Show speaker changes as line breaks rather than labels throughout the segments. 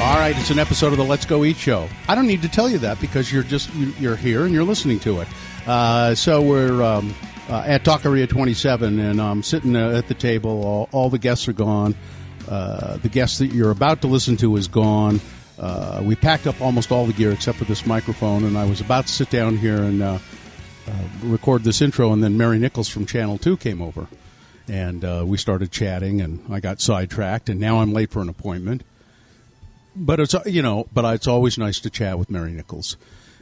right, it's an episode of the Let's Go Eat Show. I don't need to tell you that because you're just you- you're here and you're listening to it. Uh, so we're um, uh, at Taqueria 27, and I'm sitting uh, at the table. All, all the guests are gone. Uh, the guest that you're about to listen to is gone. Uh, we packed up almost all the gear except for this microphone, and I was about to sit down here and uh, record this intro, and then Mary Nichols from Channel 2 came over. And uh, we started chatting, and I got sidetracked, and now I'm late for an appointment. But it's uh, you know, but I- it's always nice to chat with Mary Nichols,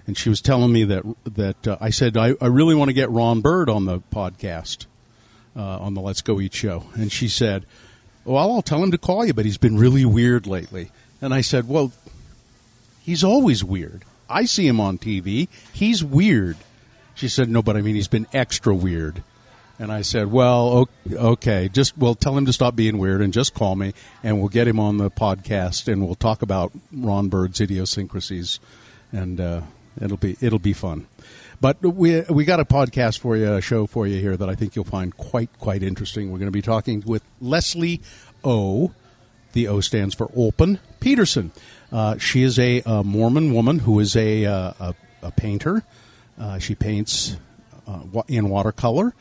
and she was telling me that that uh, I said I, I really want to get Ron Bird on the podcast, uh, on the Let's Go Eat show, and she said, "Well, I'll tell him to call you, but he's been really weird lately." And I said, "Well, he's always weird. I see him on TV. He's weird." She said, "No, but I mean he's been extra weird." And I said, "Well, o- okay, just well, tell him to stop being weird and just call me, and we'll get him on the podcast, and we'll talk about Ron Bird's idiosyncrasies, and uh, it'll be it'll be fun." But we we got a podcast for you, a show for you here that I think you'll find quite quite interesting. We're going to be talking with Leslie O. The O stands for Olpen Peterson. Uh, she is a, uh Mormon woman who is a uh, a, a painter. Uh, she paints uh, wa- in watercolor,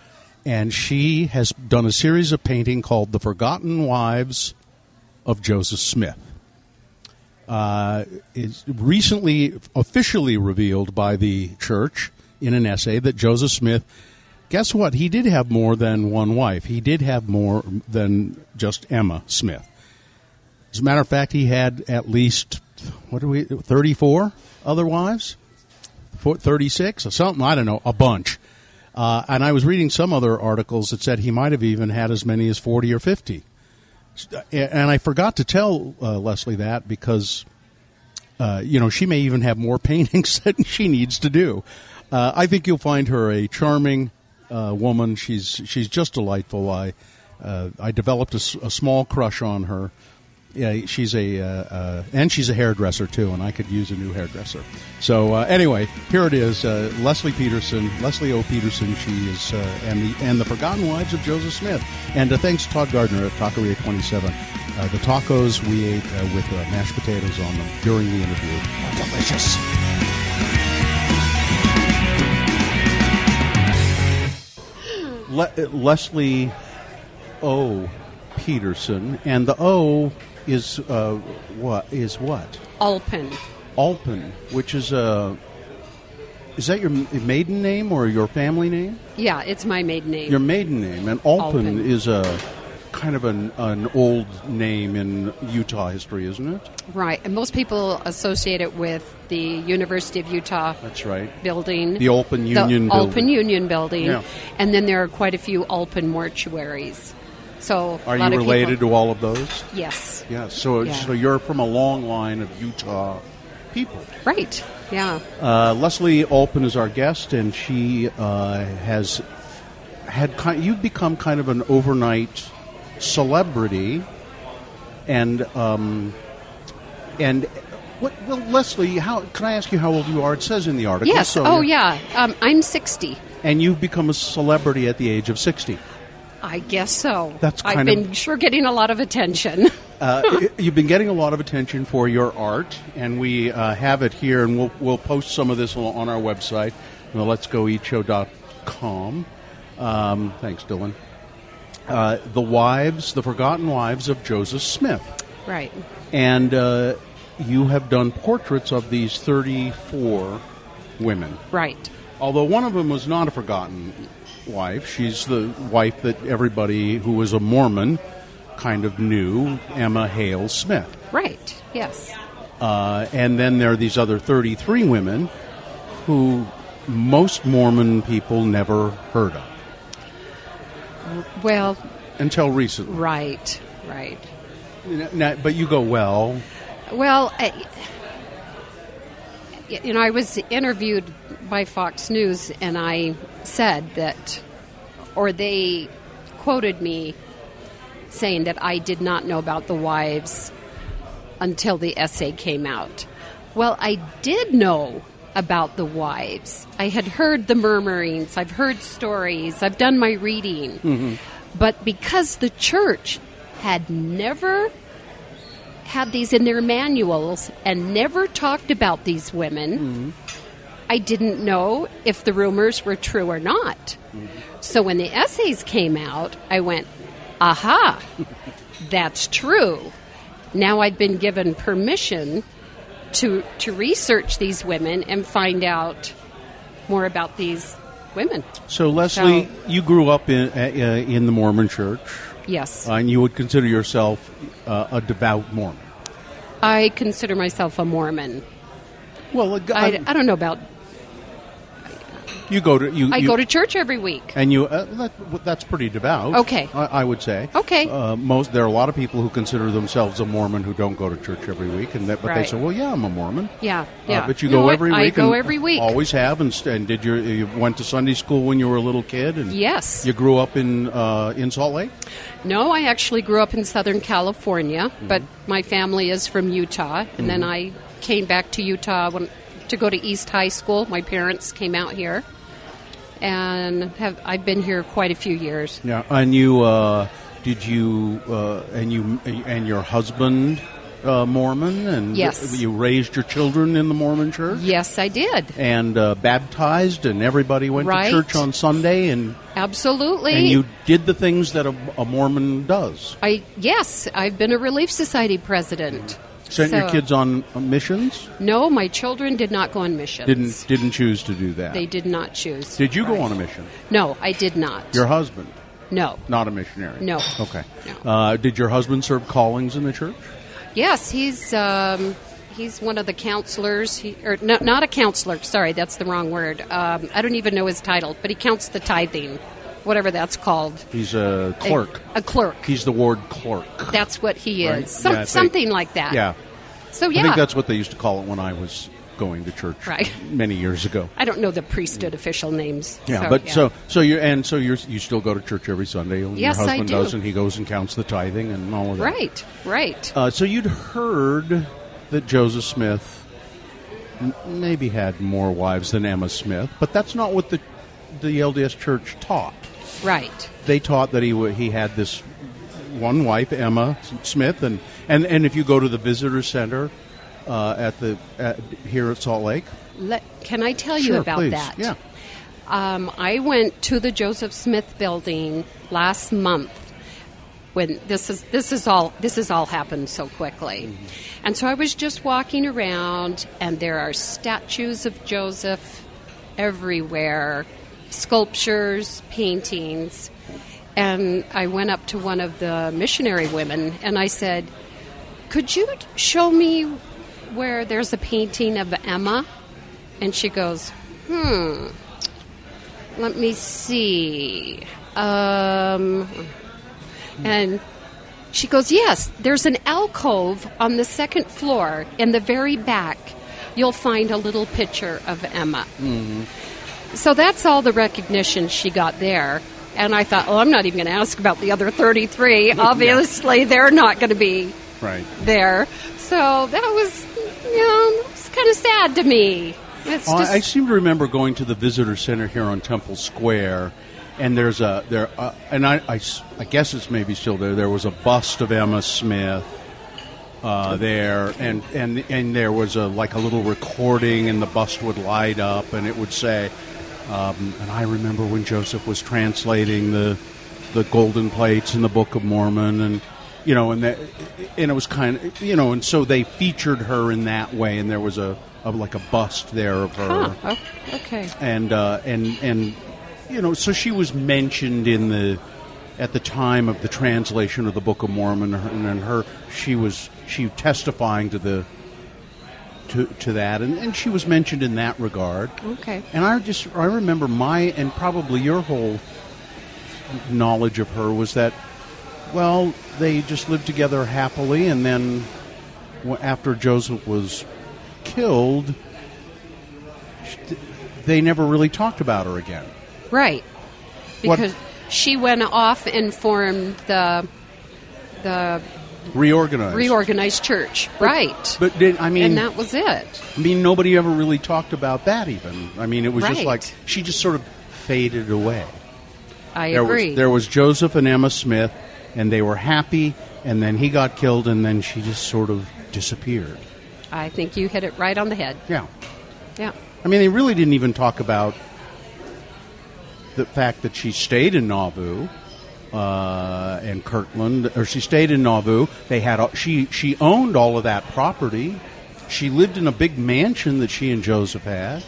and she has done a series of painting called "The Forgotten Wives of Joseph Smith." Uh, is recently officially revealed by the church in an essay that Joseph Smith. Guess what? He did have more than one wife. He did have more than just Emma Smith. As a matter of fact, he had at least what do we thirty-four other wives, Four- thirty-six or something. I don't know, a bunch. Uh, and I was reading some other articles that said he might have even had as many as forty or fifty. uh, And I forgot to tell uh, Leslie that because uh, you know, she may even have more paintings that she needs to do. Uh, I think you'll find her a charming uh, woman. She's she's just delightful. I uh, I developed a, s- a small crush on her. Yeah, she's a uh, uh, and she's a hairdresser too, and I could use a new hairdresser. So uh, anyway, here it is, uh, Leslie Peterson, Leslie O. Peterson. She is uh, and the and the Forgotten Wives of Joseph Smith. And uh, thanks Todd Gardner at Taqueria Twenty Seven. Uh, the tacos we ate uh, with uh, mashed potatoes on them during the interview are delicious. Le- uh, Leslie O. Peterson, and the O is uh, what is what
Alpen.
Alpen, which is a is that your m- maiden name or your family name?
Yeah, it's my maiden name.
Your maiden name, and Alpen,
Alpen.
is a kind of an, an old name in Utah history, isn't it?
right. And most people associate it with the University of Utah
That's right.
building.
The Alpen Union
the Alpen
building.
Union building.
Yeah.
And then there are quite a few Alpen mortuaries. So
Are you related to all of those?
to Yes.
Yeah. So
Yeah.
so you're from a long line of Utah people.
Right. Yeah.
Uh, Leslie Alpen is our guest, and she uh, has had kind, you've become kind of an overnight celebrity, and um, and what? Well, Leslie, how can I ask you how old you are? It says in the article.
Yes.
so-
oh, yeah. Um, I'm 60.
And you've become a celebrity at the age of sixty.
I guess so.
That's
I've
kind of-
been sure getting a lot of attention.
Uh, y- you've been getting a lot of attention for your art, and we uh, have it here, and we'll, we'll post some of this on- on our website, the letsgoeatshow.com. Um, thanks, Dylan. Uh, the Wives, The Forgotten Wives of Joseph Smith.
right.
And uh, you have done portraits of these 34 women.
Right.
Although one of them was not a forgotten wife, she's the wife that everybody who was a Mormon kind of knew, Emma Hale Smith.
Right. Yes.
Uh, and then there are these other 33 women who most Mormon people never heard of
Well,
until recently.
right. Right.
N- n- but you go, well,
Well, I, you know, I was interviewed by Fox News, and I said that, or they quoted me saying that I did not know about the wives until the essay came out. Well, I did know about the wives. I had heard the murmurings, I've heard stories, I've done my reading. But because the church had never had these in their manuals and never talked about these women.
Mm-hmm.
I didn't know if the rumors were true or not.
Mm-hmm.
So when the essays came out, I went, aha, that's true. Now I've been given permission to, to research these women and find out more about these women.
So, Leslie, you grew up in uh, uh, in the Mormon Church,
Yes.
uh, and you would consider yourself uh, a devout Mormon.
I consider myself a Mormon.
Well,
I, I don't know about.
you go to you.
I
you-
go to church every week.
and you. Uh, that, that's pretty devout.
Okay.
I, I would say.
Okay.
Uh, most there are a lot of people who consider themselves a Mormon who don't go to church every week, and that, but they
Right.
say, "Well, yeah, I'm a Mormon."
Yeah,
Uh,
yeah.
but you
No,
go
I-
every week.
I go
and
every week.
Always have, and, st- and did your you went to Sunday school when you were a little kid, and
Yes.
you grew up in uh, in Salt Lake.
No, I actually grew up in Southern California,
Mm-hmm.
but my family is from Utah, and then I came back to Utah when, to go to East High School. My parents came out here, and have I've been here quite a few years.
Yeah, and you uh, did you uh, and you and your husband uh, Mormon, and
Yes.
you raised your children in the Mormon church,
Yes, I did.
and uh, baptized, and everybody went to
Right.
church on Sunday, and
Absolutely.
and you did the things that a, a Mormon does.
I yes, I've been a Relief Society president.
Sent Mm-hmm. your
So-
kids on missions.
No, my children did not go on missions.
Didn't didn't choose to do that.
They did not choose.
Did you
Right.
go on a mission?
No, I did not.
Your husband,
no.
not a missionary.
No.
Okay.
No.
Uh, did your husband serve callings in the church?
Yes, he's um, he's one of the counselors. He, or no, not a counselor. Sorry, that's the wrong word. Um, I don't even know his title, but he counts the tithing, whatever that's called.
He's a
A-
clerk.
A, clerk.
He's the ward clerk.
That's what he is.
Right.
Some,
Yeah, I think-
something like that.
Yeah.
So yeah,
I think that's what they used to call it when I was going to church
Right.
many years ago.
I don't know the priesthood official names.
Yeah,
so,
but so so you and so you you still go to church every Sunday. and
Yes,
your
I
husband
do.
does, and he goes and counts the tithing and all of that.
right, right.
Uh, so you'd heard that Joseph Smith m- maybe had more wives than Emma Smith, but that's not what the the LDS Church taught.
Right.
They taught that he wa he had this one wife, Emma S- Smith, and and and if you go to the visitor center uh, at the at, here at Salt Lake,
Let, can I tell
Sure,
you about
please.
that?
Yeah.
Um, I went to the Joseph Smith building last month when this is this is all this has all happened so quickly. And so I was just walking around and there are statues of Joseph everywhere, sculptures, paintings. And I went up to one of the missionary women and I said, could you t- show me where there's a painting of Emma? And she goes, hmm, let me see. Um, and she goes, yes, there's an alcove on the second floor in the very back. You'll find a little picture of Emma. So that's all the recognition she got there. And I thought, oh, I'm not even going to ask about the other 33. Obviously, they're not going to be
right?
there. So that was, you know, it's kind of sad to me. It's
I-
just
I seem to remember going to the visitor center here on Temple Square, and there's a there, uh, and I, I s- I guess it's maybe still there. There was a bust of Emma Smith uh, there, and and and there was a like a little recording, and the bust would light up, and it would say, um, and I remember when Joseph was translating the the golden plates in the Book of Mormon, and you know, and that, and it was kind of you know, and so they featured her in that way, and there was a, a like a bust there of her
Huh. Oh, okay.
and uh, and and you know, so she was mentioned in the at the time of the translation of the Book of Mormon, and then her she was she testifying to the to to that, and, and she was mentioned in that regard.
Okay.
And I just I remember my and probably your whole knowledge of her was that well they just lived together happily, and then w- after Joseph was killed, sh- they never really talked about her again.
Right.
What-
Because she went off and formed the the
Reorganized.
reorganized church. right.
But did, I mean,
and that was it.
I mean, nobody ever really talked about that. Even I mean, it was just
Right.
like she just sort of faded away.
I
there
agree.
was there was Joseph and Emma Smith, and they were happy, and then he got killed, and then she just sort of disappeared.
I think you hit it right on the head.
Yeah.
Yeah.
I mean, they really didn't even talk about the fact that she stayed in Nauvoo uh, and Kirtland, or she stayed in Nauvoo. They had all- she she owned all of that property. She lived in a big mansion that she and Joseph had.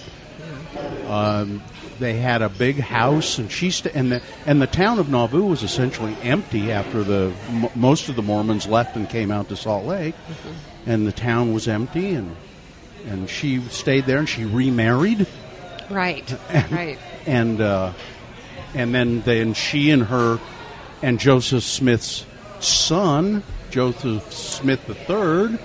Um, they had a big house, and she sta and the and the town of Nauvoo was essentially empty after the m- most of the Mormons left and came out to Salt Lake, and the town was empty, and and she stayed there, and she remarried
Right. right.
and uh, and then then she and her and Joseph Smith's son, Joseph Smith III,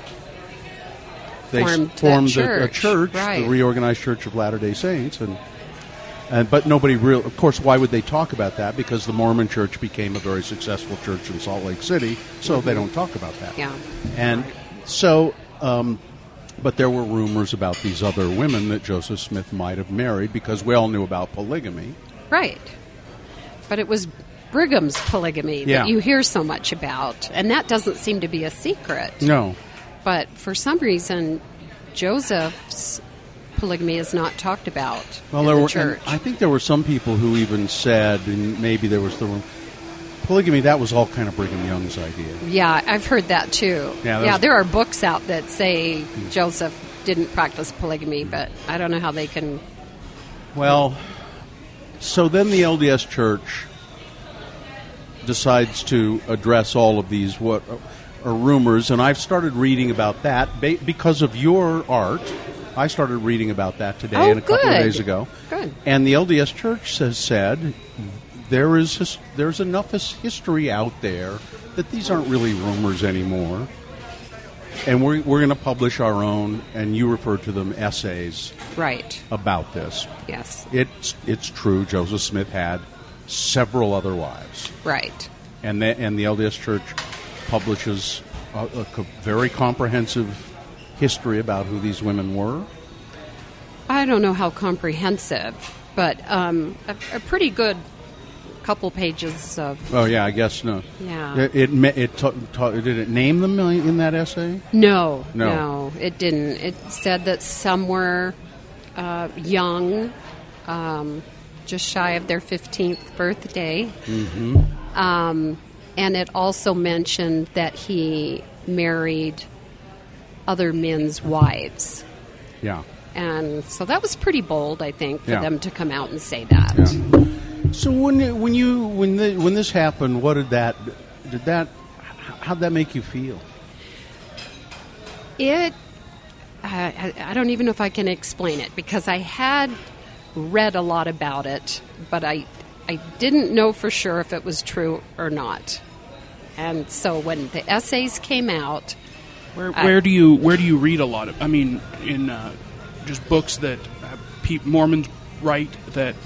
they s-
Formed that
formed a, a
church,
church,
right.
the Reorganized Church of Latter Day Saints, and. And, but nobody real. Of course, why would they talk about that? Because the Mormon Church became a very successful church in Salt Lake City, so they don't talk about that.
Yeah.
And so, um, but there were rumors about these other women that Joseph Smith might have married because we all knew about polygamy.
Right. But it was Brigham's polygamy
Yeah.
that you hear so much about, and that doesn't seem to be a secret.
No.
But for some reason, Joseph's polygamy is not talked about
Well,
in
there
the
were. and
church.
I think there were some people who even said, and maybe there was the room. Polygamy, that was all kind of Brigham Young's idea.
yeah, I've heard that too.
Yeah, Hmm. those-
there are books out that say Joseph didn't practice polygamy,
Hmm.
but I don't know how they can.
Well, so then the LDS Church decides to address all of these what are rumors, and I've started reading about that ba- because of your art. I started reading about that today
Oh,
and a couple of
good.
days ago.
Good.
And the LDS Church has said there is his, there's enough his, history out there that these aren't really rumors anymore. And we're, we're going to publish our own, and you refer to them essays
Right.
about this.
Yes.
It's it's true. Joseph Smith had several other wives,
Right.
and the, and the LDS Church publishes a, a co- very comprehensive history about who these women were.
I don't know how comprehensive, but um, a, a pretty good couple pages of.
Oh yeah, I guess no.
Yeah.
It it, ma- it ta- ta- did it name them in that essay?
No,
No.
no, it didn't. It said that some were uh, young, um, just shy of their 15th birthday. Mm-hmm. Um, and it also mentioned that he married other men's wives.
Yeah.
And so that was pretty bold, I think, for
Yeah.
them to come out and say that.
Yeah. So when you- when you when the, when this happened, what did that did that how'd that make you feel?
It, I I I don't even know if I can explain it because I had read a lot about it, but I, I didn't know for sure if it was true or not. And so when the essays came out,
Where,
I-
where do you where do you read a lot of? I mean, in uh, just books that uh, pe- Mormons write that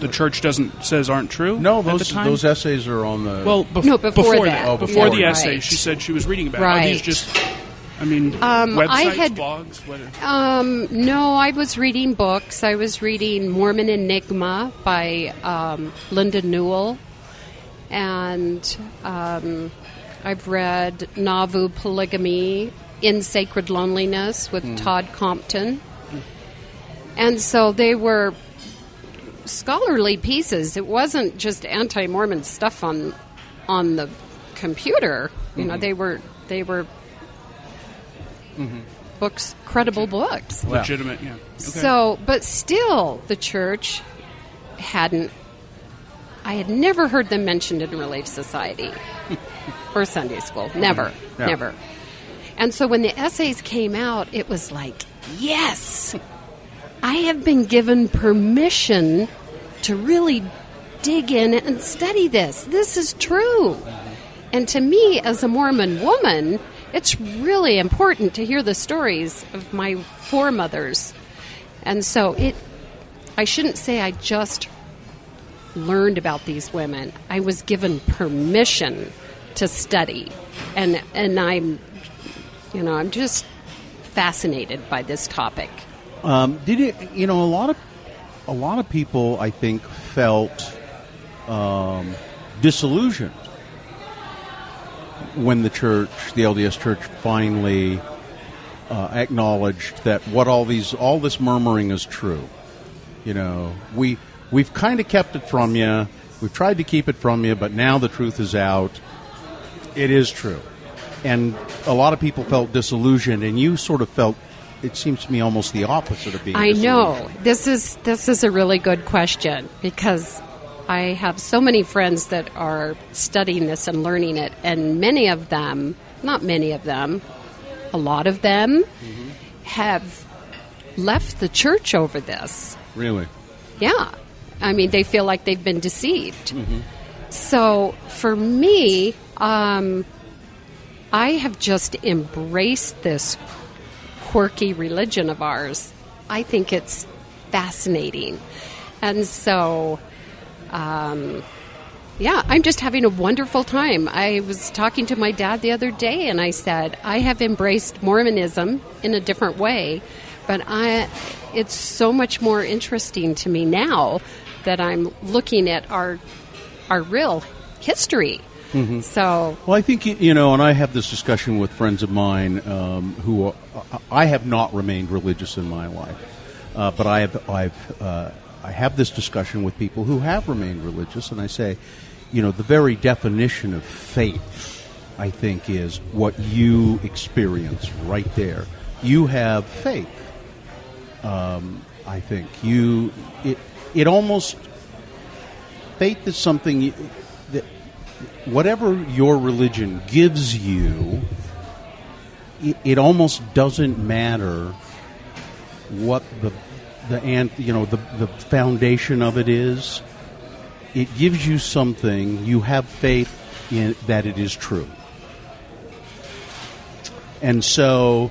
the church doesn't says aren't true.
No,
at the
those
time?
those essays are on the
Well, bef-
No, before that.
that,
Oh,
before,
before
the
that.
essay,
Right.
she said she was reading about. it. Are these
Right. Um,
just? I mean, websites,
I had-
blogs, whether
um, no, I was reading books. I was reading Mormon Enigma by um, Linda Newell, and um, I've read Nauvoo Polygamy in Sacred Loneliness with Todd Compton. And so they were scholarly pieces. It wasn't just anti-Mormon stuff on on the computer. You know, they were they were books, credible books.
Yeah.
legitimate. Yeah. Okay.
So, but still, the church hadn't. I had never heard them mentioned in Relief Society or Sunday school. Never,
Yeah.
never. And so when the essays came out, it was like, yes, I have been given permission to really dig in and study this. This is true. And to me, as a Mormon woman, it's really important to hear the stories of my foremothers. And so it, I shouldn't say I just learned about these women. I was given permission to study, and and I'm, you know, I'm just fascinated by this topic.
Um, did it? You know, a lot of a lot of people, I think, felt um, disillusioned when the church, the LDS Church, finally uh, acknowledged that what all these, all this murmuring is true. You know, we we've kind of kept it from you. We've tried to keep it from you, but now the truth is out. It is true, and a lot of people felt disillusioned, and you sort of felt. It seems to me almost the opposite of being.
I know
disillusioned.
this is this is a really good question because I have so many friends that are studying this and learning it, and many of them, not many of them, a lot of them have left the church over this.
Really,
Yeah. I mean, they feel like they've been deceived. So for me, um, I have just embraced this quirky religion of ours. I think it's fascinating. And so, um, yeah, I'm just having a wonderful time. I was talking to my dad the other day and I said, I have embraced Mormonism in a different way, but I, it's so much more interesting to me now that I'm looking at our, our real history.
Mm-hmm.
So,
Well, I think y- you know, and I have this discussion with friends of mine um, who are, I I have not remained religious in my life, uh, but I have I've uh, I have this discussion with people who have remained religious, and I say, you know, the very definition of faith, I think, is what you experience right there. You have faith. Um, I think you it it almost faith is something you- that whatever your religion gives you it, it almost doesn't matter what the the and you know the the foundation of it is it gives you something you have faith in that it is true and so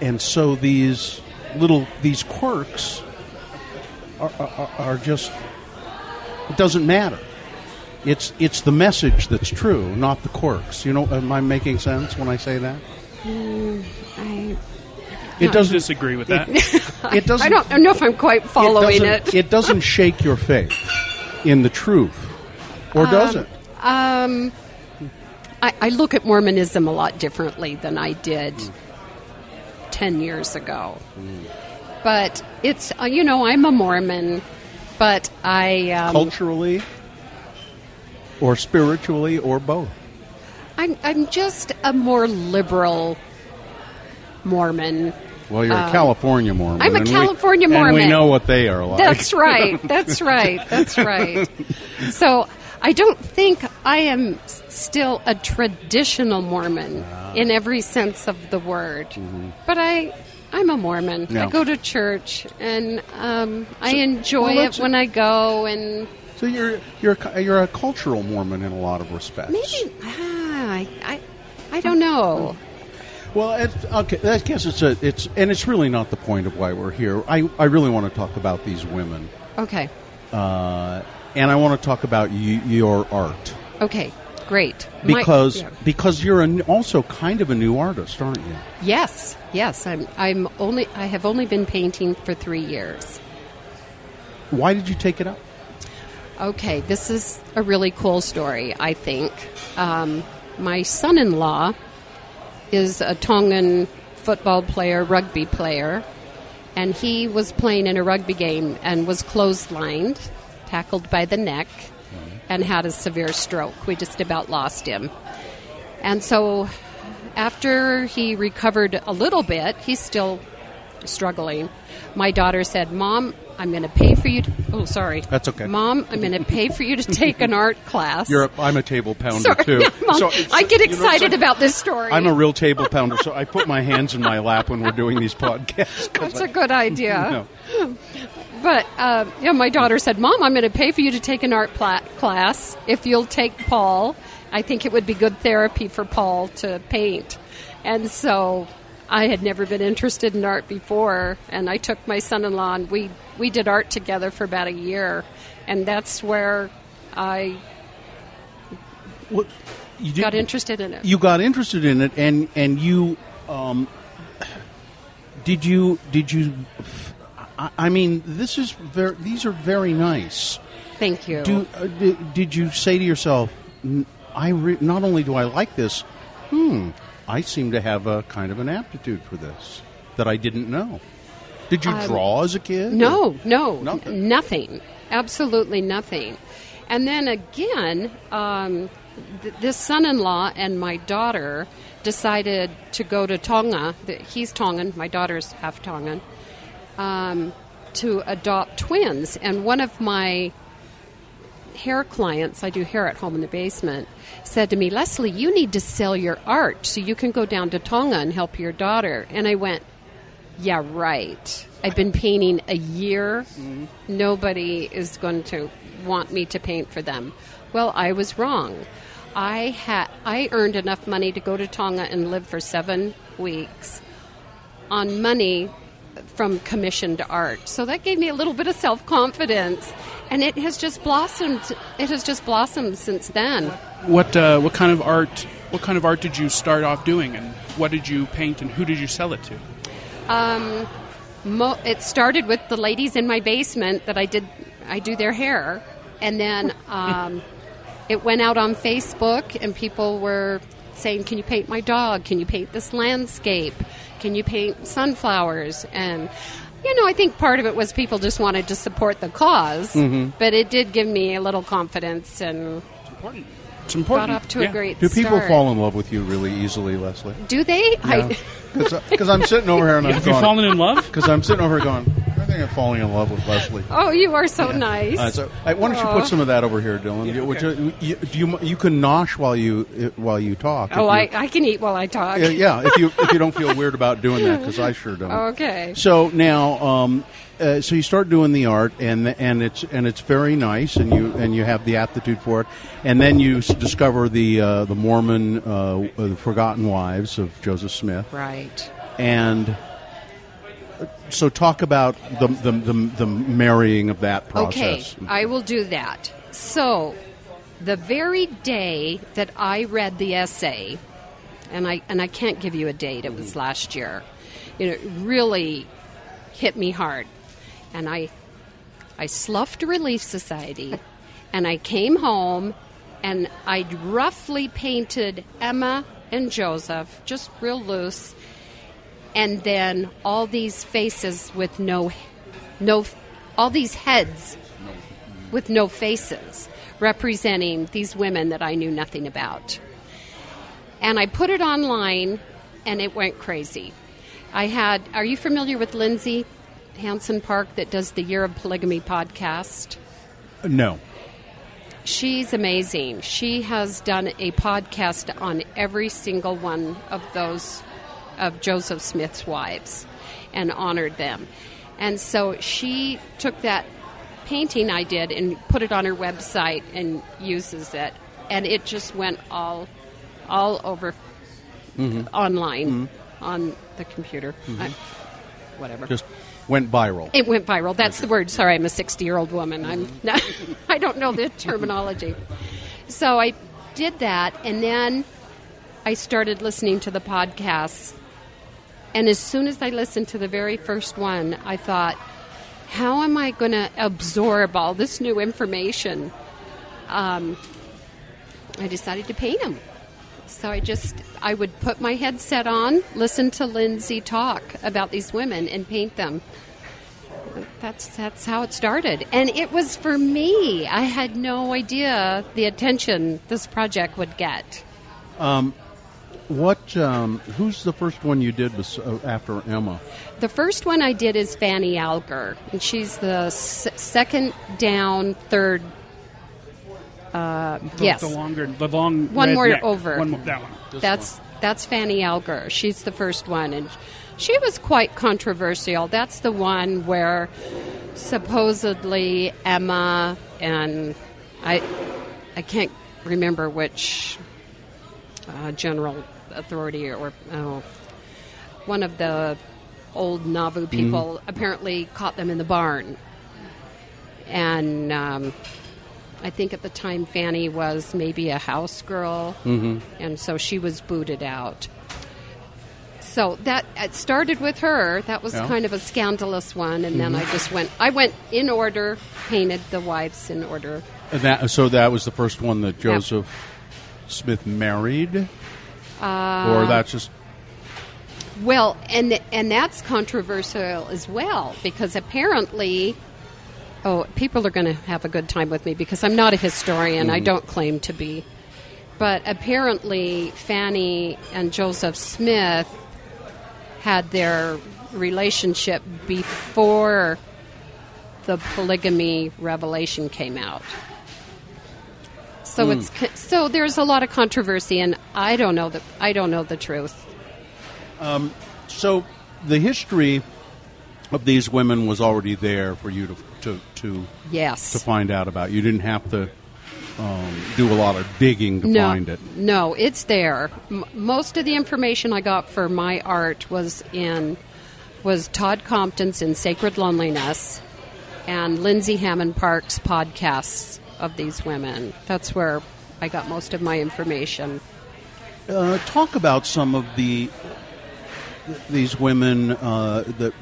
and so these little these quirks are, are, are just it doesn't matter it's it's the message that's true not the quirks you know am i making sense when i say that
I,
it doesn't
disagree with that.
it doesn't
I don't know if I'm quite
it
following it.
doesn't, it doesn't shake your faith in the truth or
Um,
does it
I, I look at Mormonism a lot differently than I did 10 years ago. But it's, uh, you know, I'm a Mormon, but I. Um,
culturally or spiritually or both
I'm, I'm just a more liberal Mormon.
well you're a california mormon
Uh, I'm a
and we-
California
and we
Mormon.
know what they are like
That's right. That's right. That's right. So I don't think I am s- still a traditional Mormon in every sense of the word, but I. I'm a Mormon.
Yeah.
I go to church, and um, I enjoy
well,
it
that's-
when I go. And
So you're you're a cu- you're a cultural Mormon in a lot of respects.
maybe ah, I, I, I don't know.
Well, it's, okay. I guess it's a it's and it's really not the point of why we're here. I I really want to talk about these women,
Okay,
uh, and I want to talk about y- your art
okay, great. My-
because
yeah.
because you're an, also kind of a new artist, aren't you?
Yes, yes. I'm. I'm only. I have only been painting for three years.
Why did you take it up?
Okay, this is a really cool story. I think um, my son-in-law is a Tongan football player, rugby player, and he was playing in a rugby game and was clotheslined, tackled by the neck,
Mm-hmm.
and had a severe stroke. We just about lost him. And so after he recovered a little bit, he's still struggling. My daughter said, "Mom, I'm going to pay for you to Oh, sorry.
That's okay.
Mom, I'm going to pay for you to take an art class."
You're a, I'm a table pounder
sorry.
too.
Mom,
So it's-
I get
you know, so
excited about this story.
I'm a real table pounder, so I put my hands in my lap when we're doing these podcasts. 'cause
That's
I-
a good idea.
No.
But uh, yeah, my daughter said, "Mom, I'm going to pay for you to take an art pla- class if you'll take Paul. I think it would be good therapy for Paul to paint." And so, I had never been interested in art before, and I took my son-in-law, and we we did art together for about a year, and that's where I
What, you did-
got interested in it.
you got interested in it and and you um, did you did you I, I mean this is very these are very nice
Thank you.
do, uh, d- did you say to yourself "N- I re- not only do I like this, hmm, I seem to have a kind of an aptitude for this that I didn't know. Did you draw as a kid?
Um, No, no,
Nothing.
n- nothing. Absolutely nothing. And then again, um, th- this son in law and my daughter decided to go to Tonga. Th- He's Tongan, my daughter's half Tongan, um, to adopt twins. And one of my hair clients, I do hair at home in the basement, said to me, Leslie, you need to sell your art so you can go down to Tonga and help your daughter. And I went, yeah, right. I've been painting a year. Nobody is going to want me to paint for them. Well, I was wrong. I had I earned enough money to go to Tonga and live for 7 weeks on money from commissioned art. So that gave me a little bit of self-confidence and it has just blossomed it has just blossomed since then.
What uh, what kind of art? What kind of art did you start off doing, and what did you paint, and who did you sell it to?
Mo- it started with the ladies in my basement that I did. I do their hair, and then um, it went out on Facebook, and people were saying, "Can you paint my dog? Can you paint this landscape? Can you paint sunflowers?" And you know, I think part of it was people just wanted to support the because
Mm-hmm.
but it did give me a little confidence and
It's important. It's important.
got off to
Yeah.
a great
Do people
start.
fall in love with you really easily, Leslie?
Do they? I,
Because I'm sitting over here and I'm
Have you fallen in love?
Because I'm sitting over here going, I think I'm falling in love with Leslie.
oh, you are so nice.
Uh, so, hey, why don't you put
Aw.
some of that over here, Dylan? You- would you, you, do you, you can nosh while you uh, while you talk.
oh, I,
if
I can eat while I talk.
you- Yeah, Uh, yeah, if you if you don't feel weird about doing that, because I sure don't.
Okay.
So now, um, uh, so you start doing the art, and and it's and it's very nice, and you and you have the aptitude for it, and then you s- discover the uh, the Mormon uh, uh, the Forgotten Wives of Joseph Smith,
Right.
and uh, so talk about the the, the, the marrying of that process.
Okay, I will do that. So, the very day that I read the essay, and I and I can't give you a date. It was last year. You know, it really hit me hard, and I I sloughed Relief Society, and I came home, and I roughly painted Emma and Joseph, just real loose, and then all these faces with no no all these heads with no faces representing these women that I knew nothing about. And I put it online and it went crazy. I had are you familiar with Lindsay Hanson Park that does the Year of Polygamy podcast?
no.
She's amazing. She has done a podcast on every single one of those of Joseph Smith's wives and honored them. And so she took that painting I did and put it on her website and uses it and it just went all all over online on the computer. I- whatever.
Just went viral.
It went viral. That's the word. Sorry, I'm a 60 year old woman. I'm not, I don't know the terminology. So I did that, and then I started listening to the podcasts. And as soon as I listened to the very first one, I thought, how am I going to absorb all this new information? Um, I decided to paint them. So I just I would put my headset on, listen to Lindsay talk about these women, and paint them. That's that's how it started, and it was for me. I had no idea the attention this project would get.
What? Um, who's the first one you did was, uh, after Emma?
The first one I did is Fanny Alger, and she's the s- second down, third. Uh,
The,
yes,
The longer, the long.
One
red
more
neck.
over.
One more, that one.
that's that's Fanny Alger. She's the first one, and she was quite controversial. That's the one where supposedly Emma and I I can't remember which uh, general authority or oh, one of the old Nauvoo people apparently caught them in the barn. And um, I think at the time Fanny was maybe a house girl, and so she was booted out. So that it started with her. That was
Yeah.
kind of a scandalous one, and then I just went. I went in order, painted the wives in order.
And that, so that was the first one that Joseph Smith married? or that's just
Well, and and that's controversial as well because apparently, oh, people are going to have a good time with me because I'm not a historian. I don't claim to be, but apparently, Fanny and Joseph Smith had their relationship before the polygamy revelation came out. So it's it's so there's a lot of controversy, and I don't know the I don't know the truth.
so the history of these women was already there for you to to to,
Yes.
to find out about. You didn't have to um, do a lot of digging to
no,
find it.
No, it's there. M- most of the information I got for my art was in was Todd Compton's in Sacred Loneliness and Lindsay Hammond Park's podcasts of these women. That's where I got most of my information.
Uh, talk about some of the these women uh, that,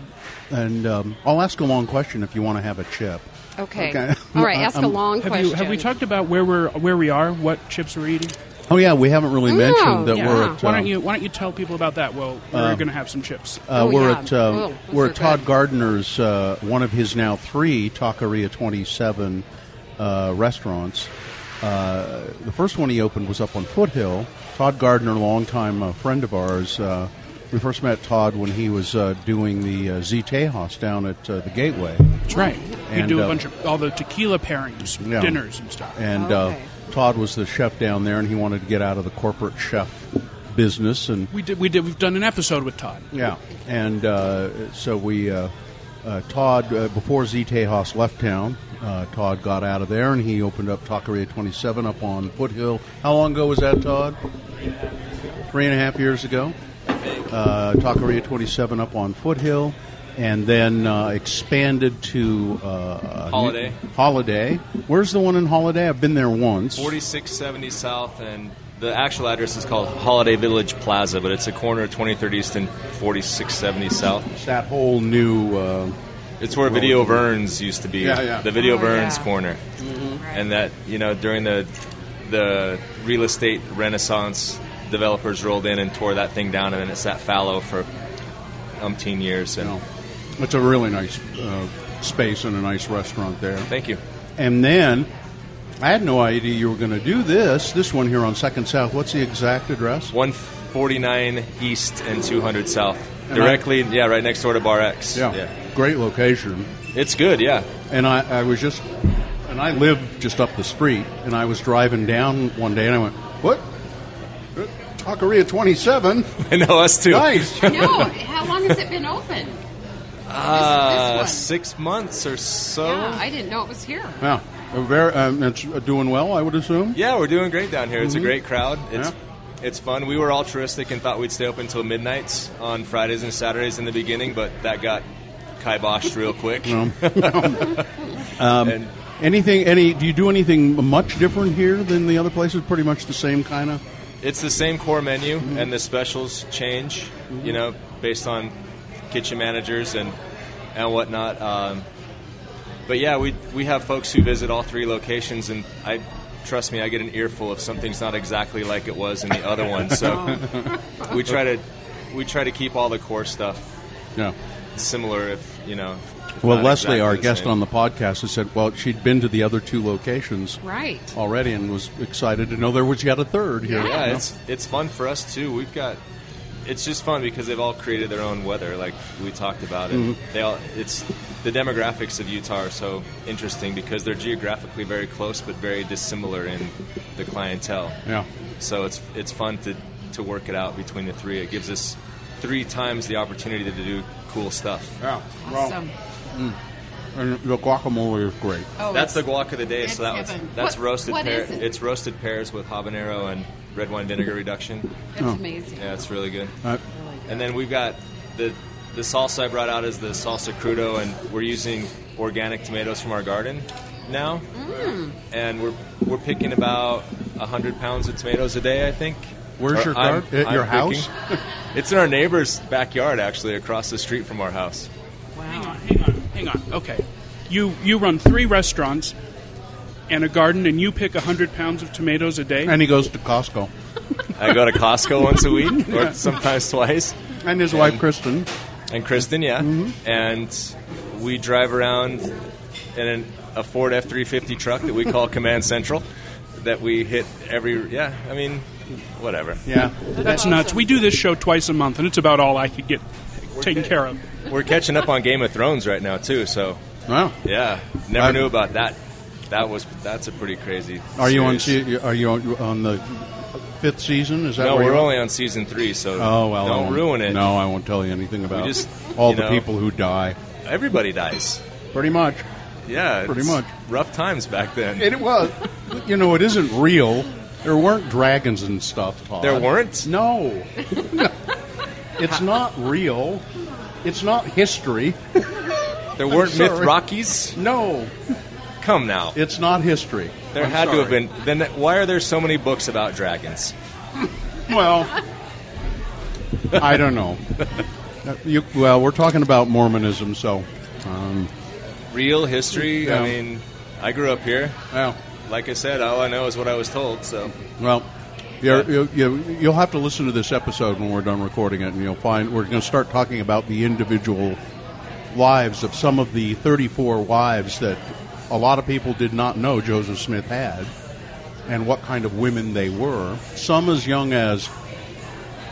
and um, I'll ask a long question if you want to have a chip.
Okay.
Okay.
All right, ask a
Um,
long
Have
question.
you have we talked about where we're where we are? What chips we're eating?
Oh yeah, we haven't really
No,
mentioned that
yeah.
we're at,
Why
um,
don't you Why don't you tell people about that? Well, we're going to have some chips.
Uh,
Oh,
we're
yeah.
at um,
Oh, those
we're
are
at Todd
good.
Gardner's uh, one of his now three Taqueria Twenty Seven uh, restaurants. Uh, the first one he opened was up on Foothill. Todd Gardner, longtime uh, friend of ours, uh, we first met Todd when he was uh, doing the uh, Z Tejas down at uh, the Gateway,
That's right.
And,
we do
uh,
a bunch of all the tequila pairings,
Yeah.
dinners, and stuff.
and
Oh, Okay.
uh, Todd was the chef down there, and he wanted to get out of the corporate chef business and
we did. We did. We've done an episode with Todd.
Yeah, and uh, so we, uh, uh, Todd, uh, before Z Tejas left town, uh, Todd got out of there and he opened up Taqueria 27 up on Foothill. How long ago was that, Todd? Three and a half years ago. Uh, Taqueria 27 up on Foothill, and then uh, expanded to uh,
Holiday.
Holiday. Where's the one in Holiday? I've been there once.
4670 South, and the actual address is called Holiday Village Plaza, but it's a corner of 23rd East and 4670 South.
That whole new. Uh,
It's where Video Verns used to be.
Yeah, yeah.
The Video
Oh,
Verns
yeah.
corner. And that, you know, during the the real estate renaissance, developers rolled in and tore that thing down, and then it sat fallow for umpteen years. And
you know, it's a really nice uh, space and a nice restaurant there.
thank you.
And then I had no idea you were going to do this. This one here on Second South. What's the exact address?
149 East and 200 South.
I-
Directly, yeah, right next door to Bar X.
great location.
It's good, yeah.
And I, I was just, and I live just up the street. And I was driving down one day, and I went, "What? Taqueria Twenty Seven?
I know us too.
Nice."
no, how long has it been open?
Uh,
one.
six months or so.
Yeah,
Yeah,
I didn't know it was here.
yeah, a very. Um, it's doing well, I would assume.
we're doing great down here. It's a great crowd. It's
Yeah.
it's fun. We were altruistic and thought we'd stay open until midnights on Fridays and Saturdays in the beginning, but that got kiboshed real quick. and
Anything? Any? Do you do anything much different here than the other places? Pretty much the same kind of.
it's the same core menu, and the specials change, you know, based on kitchen managers and and whatnot. Um, but yeah, we we have folks who visit all three locations, and I trust me, I get an earful if something's not exactly like it was in the other one. So we try to we try to keep all the core stuff
Yeah.
similar, if you know. if
Well,
not
Leslie,
exactly
our
the
guest
same.
on the podcast, has said, well, she'd been to the other two locations
Right.
already and was excited to know there was yet a third here.
Yeah, it's it's fun for us too. We've got it's just fun because they've all created their own weather, like we talked about. And
Mm-hmm.
they all it's the demographics of Utah are so interesting because they're geographically very close but very dissimilar in the clientele.
Yeah.
So it's it's fun to to work it out between the three. It gives us three times the opportunity to do cool stuff.
Yeah.
Awesome.
and the guacamole is great.
Oh,
That's the
it's-
guac of the day.
it's
So that was,
heaven.
that's
What-
roasted.
what
pear,
is it?
It's roasted pears with habanero and red wine vinegar reduction.
That's
Oh.
amazing.
Yeah, it's really good.
Uh,
And then we've got the the salsa I brought out is the salsa crudo, and we're using organic tomatoes from our garden now. And we're we're picking about hundred pounds of tomatoes a day, I think.
Where's your
I'm-
garden? At your
I'm
house?
picking- it's in our neighbor's backyard, actually, across the street from our house.
Hang on, hang on, hang on. Okay, you you run three restaurants, and a garden, and you pick 100 pounds of tomatoes a day.
And he goes to Costco.
I go to Costco once a week, or sometimes twice.
And his wife, Kristen.
and Kristen, yeah.
Mm-hmm.
And we drive around in an, a Ford F three fifty truck that we call Command Central, that we hit every. Yeah, I mean, whatever.
Yeah.
That's nuts. We do this show twice a month, and it's about all I could get taken care of.
We're catching up on Game of Thrones right now too, so
Wow.
yeah, never
I've-
knew about that. That was that's a pretty crazy.
Are you on?
series.
se- Are you on, on the fifth season? Is that
No,
where
we're
you're-
only on season three, so
Oh well, I
don't
won't-
ruin it.
No, I won't tell you anything about
just-
all
you
the
know.
people who die.
everybody dies.
Pretty much,
Yeah,
Pretty
it's
much.
rough times back then.
and it was. you know, it isn't real. There weren't dragons and stuff. Todd.
There weren't?
No, it's not real. It's not history.
there weren't
sorry.
myth Rockies.
No,
Come now,
it's not history.
there
I'm
had to have
sorry.
been. Then that- why are there so many books about dragons?
Well, I don't know. Uh, You, well, we're talking about Mormonism, so um,
real history.
Yeah.
I mean, I grew up here.
well.
Like I said, all I know is what I was told. So
Well, you're, you you you'll have to listen to this episode when we're done recording it, and you'll find we're going to start talking about the individual lives of some of the 34 wives that a lot of people did not know Joseph Smith had, and what kind of women they were. Some as young as,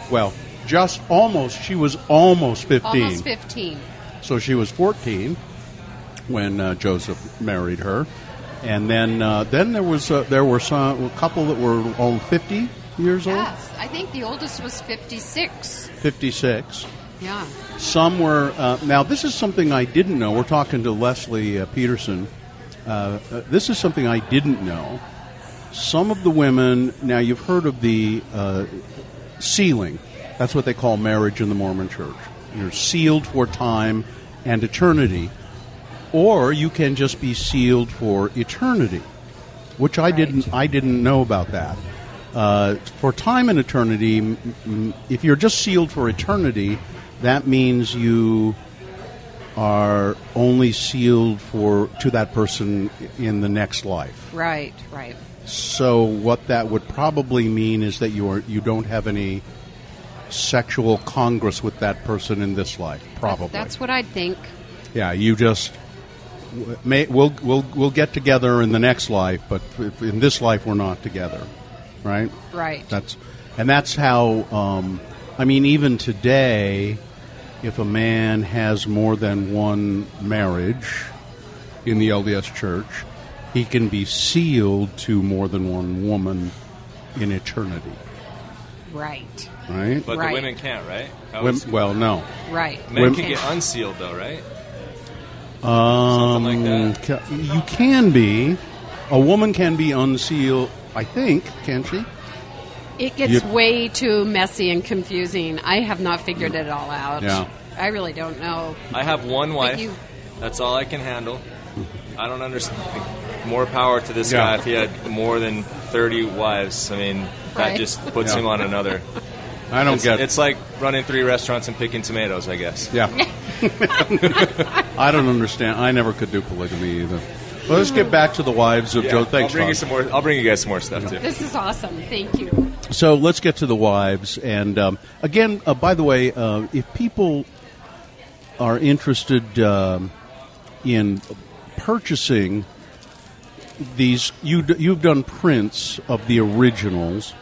well, just almost, she was almost 15.
Almost 15.
So she was 14 when uh, Joseph married her, and then uh, then there was uh, there were some a couple that were on 50 years
Yes. I think the oldest was 56.
old, 56.
Yeah.
Some were uh, now. This is something I didn't know. We're talking to Leslie uh, Peterson. Uh, uh, this is something I didn't know. Some of the women now you've heard of the uh, sealing. That's what they call marriage in the Mormon Church. You're sealed for time and eternity, or you can just be sealed for eternity, which I didn't. I didn't know about that. Uh, for time and eternity, m- m- if you're just sealed for eternity, that means you are only sealed for to that person in the next life.
Right, right.
So what that would probably mean is that you are you don't have any sexual congress with that person in this life. Probably.
That's what I'd think.
yeah, you just w- may, we'll we'll we'll get together in the next life, but if- in this life we're not together, right?
Right.
That's and that's how. Um, I mean, even today, if a man has more than one marriage in the LDS Church, he can be sealed to more than one woman in eternity.
right.
Right?
but
Right.
the women can't, right? I
Wim-
was-
well, no.
Right.
men
wim-
can get unsealed though, right?
Um,
Something like
ca- You can be. A woman can be unsealed. I think can she?
It gets
You-
way too messy and confusing. I have not figured it all out.
Yeah.
I really don't know.
I have one wife.
you-
That's all I can handle. I don't understand. More power to this
Yeah.
guy if he had more than thirty wives. I mean,
Right.
that just puts
Yeah.
him on another.
I don't
It's,
get.
it's like running three restaurants and picking tomatoes, I guess.
Yeah. I don't understand. I never could do polygamy either. Well, let's get back to the wives of
Yeah,
Joe. Thanks,
I'll bring you
Todd.
some more. I'll bring you guys some more stuff too.
This is awesome. Thank you.
So let's get to the wives. And um, again, uh, by the way, uh, if people are interested um, in purchasing these, you d- you've done prints of the originals.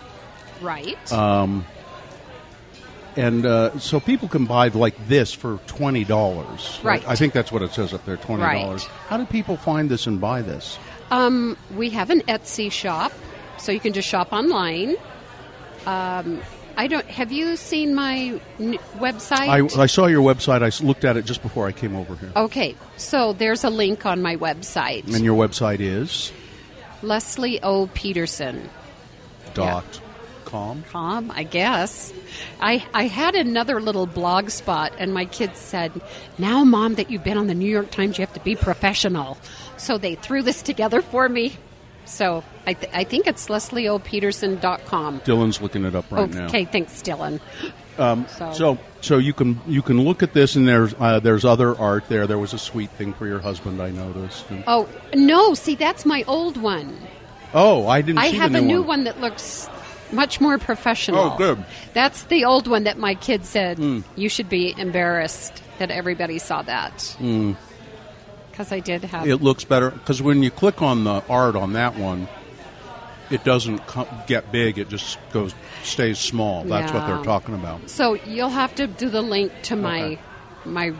Right.
Uh, and uh, so people can buy like this for twenty dollars.
Right.
I think that's what it says up there, twenty dollars.
Right.
How do people find this and buy this?
um, we have an Etsy shop, so you can just shop online. Um, I don't. Have you seen my n-
I,
website?
I saw your website. I s- looked at it just before I came over here.
okay, so there's a link on my website.
And your website is
Leslie O. Peterson.
dot com.
com, I guess. I, I had another little blog spot, and my kids said, Now, mom, that you've been on the New York Times, you have to be professional. So they threw this together for me. So I, th- I think it's leslieopeterson.com.
Dylan's looking it up right now.
okay, thanks, Dylan.
Um,
So-
so so you can you can look at this, and there's uh, there's other art there. There was a sweet thing for your husband. I noticed. And-
Oh no! See, that's my old one.
oh, I didn't.
I
see
have
the
a new one. that looks much more professional.
Oh, good. Hmm.
That's the old one that my kid said you should be embarrassed that everybody saw that. Because I did have.
Hmm. It looks better because when you click on the art on that one, it doesn't co- get big. It just goes stays small. That's what
Yeah.
they're talking about.
so you'll have to do the link to my
Okay. Oh.
my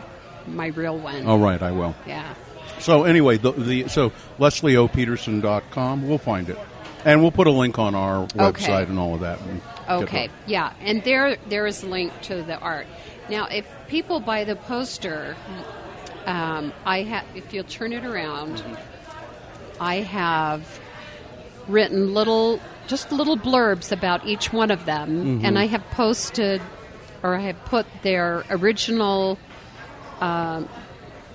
my real one.
All right, I will.
Yeah.
So anyway, the, the so leslieopeterson.com, we'll find it. And we'll put a link on our website
Okay.
and all of that. and get
Okay.
it.
Yeah, and there there is a link to the art. Now, if people buy the poster, um, I have. If you'll turn it around,
Mm-hmm.
I have written little, just little blurbs about each one of them,
Mm-hmm.
and I have posted, or I have put their original um,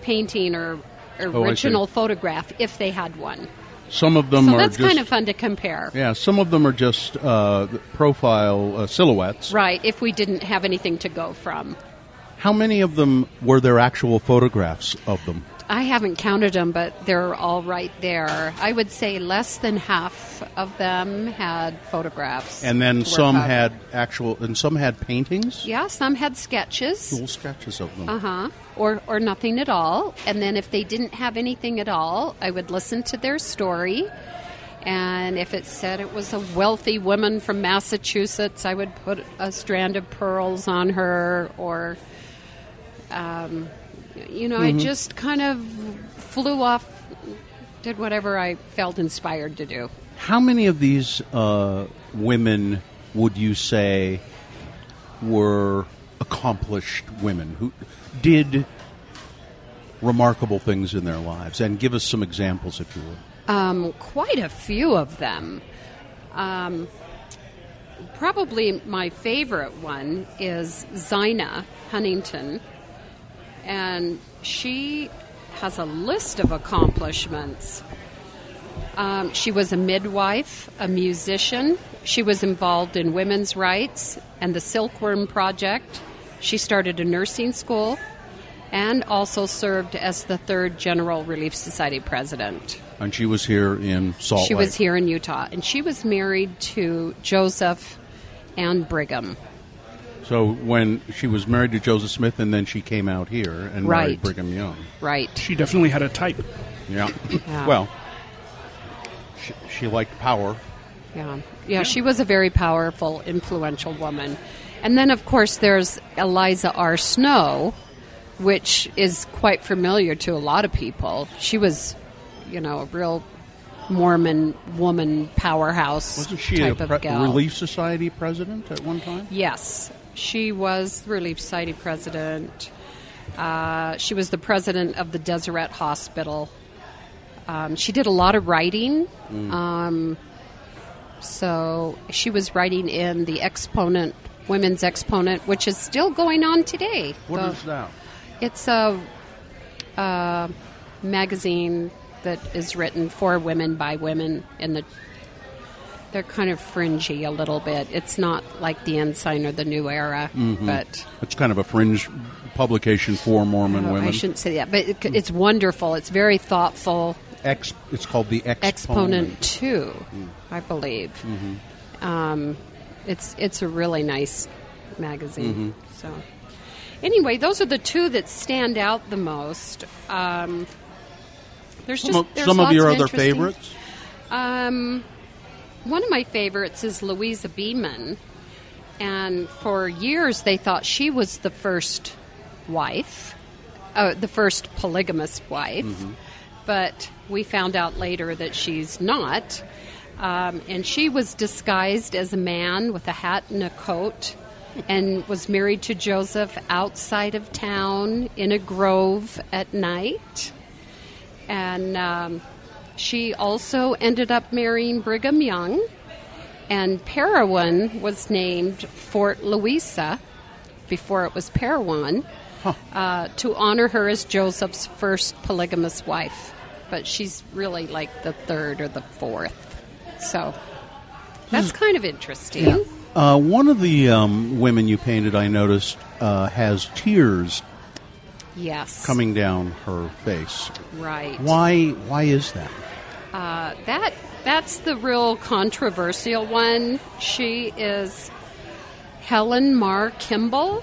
painting or
Oh, see.
original photograph if they had one.
Some of them
So
are
that's
just
kind of fun to compare.
yeah. Some of them are just uh, profile uh, silhouettes.
Right, if we didn't have anything to go from.
How many of them were there actual photographs of them?
I haven't counted them, but they're all right there. I would say less than half of them had photographs.
And then
to work
some
off.
had actual, and some had paintings,
Yeah, some had sketches.
little sketches of them.
Uh huh. Or, or nothing at all. And then if they didn't have anything at all, I would listen to their story. And if it said it was a wealthy woman from Massachusetts, I would put a strand of pearls on her. Or, um, you know, I just kind of flew off, did whatever I felt inspired to do.
How many of these uh, women would you say were accomplished women who did remarkable things in their lives? And give us some examples, if you would.
Um, quite a few of them. Um, probably my favorite one is Zina Huntington, and she has a list of accomplishments. Um, she was a midwife, a musician. She was involved in women's rights and the Silkworm Project. She started a nursing school and also served as the third General Relief Society president.
And she was here in Salt
She
Lake.
was here in Utah, and she was married to Joseph and Brigham.
So when she was married to Joseph Smith, and then she came out here and married
Right.
Brigham Young.
Right.
She definitely had a type.
Yeah.
Yeah.
Well, she, she liked power.
Yeah. yeah. she was a very powerful, influential woman. And then, of course, there's Eliza R. Snow, which is quite familiar to a lot of people. She was, you know, a real Mormon woman powerhouse
Wasn't she
type
a
of
pre-
gal.
Relief Society president at one time?
Yes, she was the Relief Society president. Uh, she was the president of the Deseret Hospital. Um, she did a lot of writing.
Mm.
Um, so she was writing in the Exponent, Women's Exponent, which is still going on today.
What
The-
is that?
It's a, uh magazine that is written for women by women, and the they're kind of fringy a little bit. It's not like the Ensign or the New Era, but
It's kind of a fringe publication for Mormon
oh,
women.
I shouldn't say that. But it, it's wonderful. It's very thoughtful.
Ex, it's called the Exponent. Mm-hmm.
Exponent two, I believe. Um, it's it's a really nice magazine.
Mm-hmm.
So anyway, those are the two that stand out the most. Um, there's just
Some, of-
there's
some of
lots
your other
interesting-
favorites.
Um, one of my favorites is Louisa Beeman, and for years they thought she was the first wife, uh, the first polygamous wife, but we found out later that she's not. Um, and she was disguised as a man with a hat and a coat and was married to Joseph outside of town in a grove at night and um, she also ended up marrying Brigham Young. And Parowan was named Fort Louisa before it was Parowan uh, to honor her as Joseph's first polygamous wife. But she's really like the third or the fourth. So that's kind of interesting.
Uh, one of the um, women you painted, I noticed, uh, has tears
Yes.
coming down her face.
Right.
Why? Why is that?
That that's the real controversial one. She is Helen Mar Kimball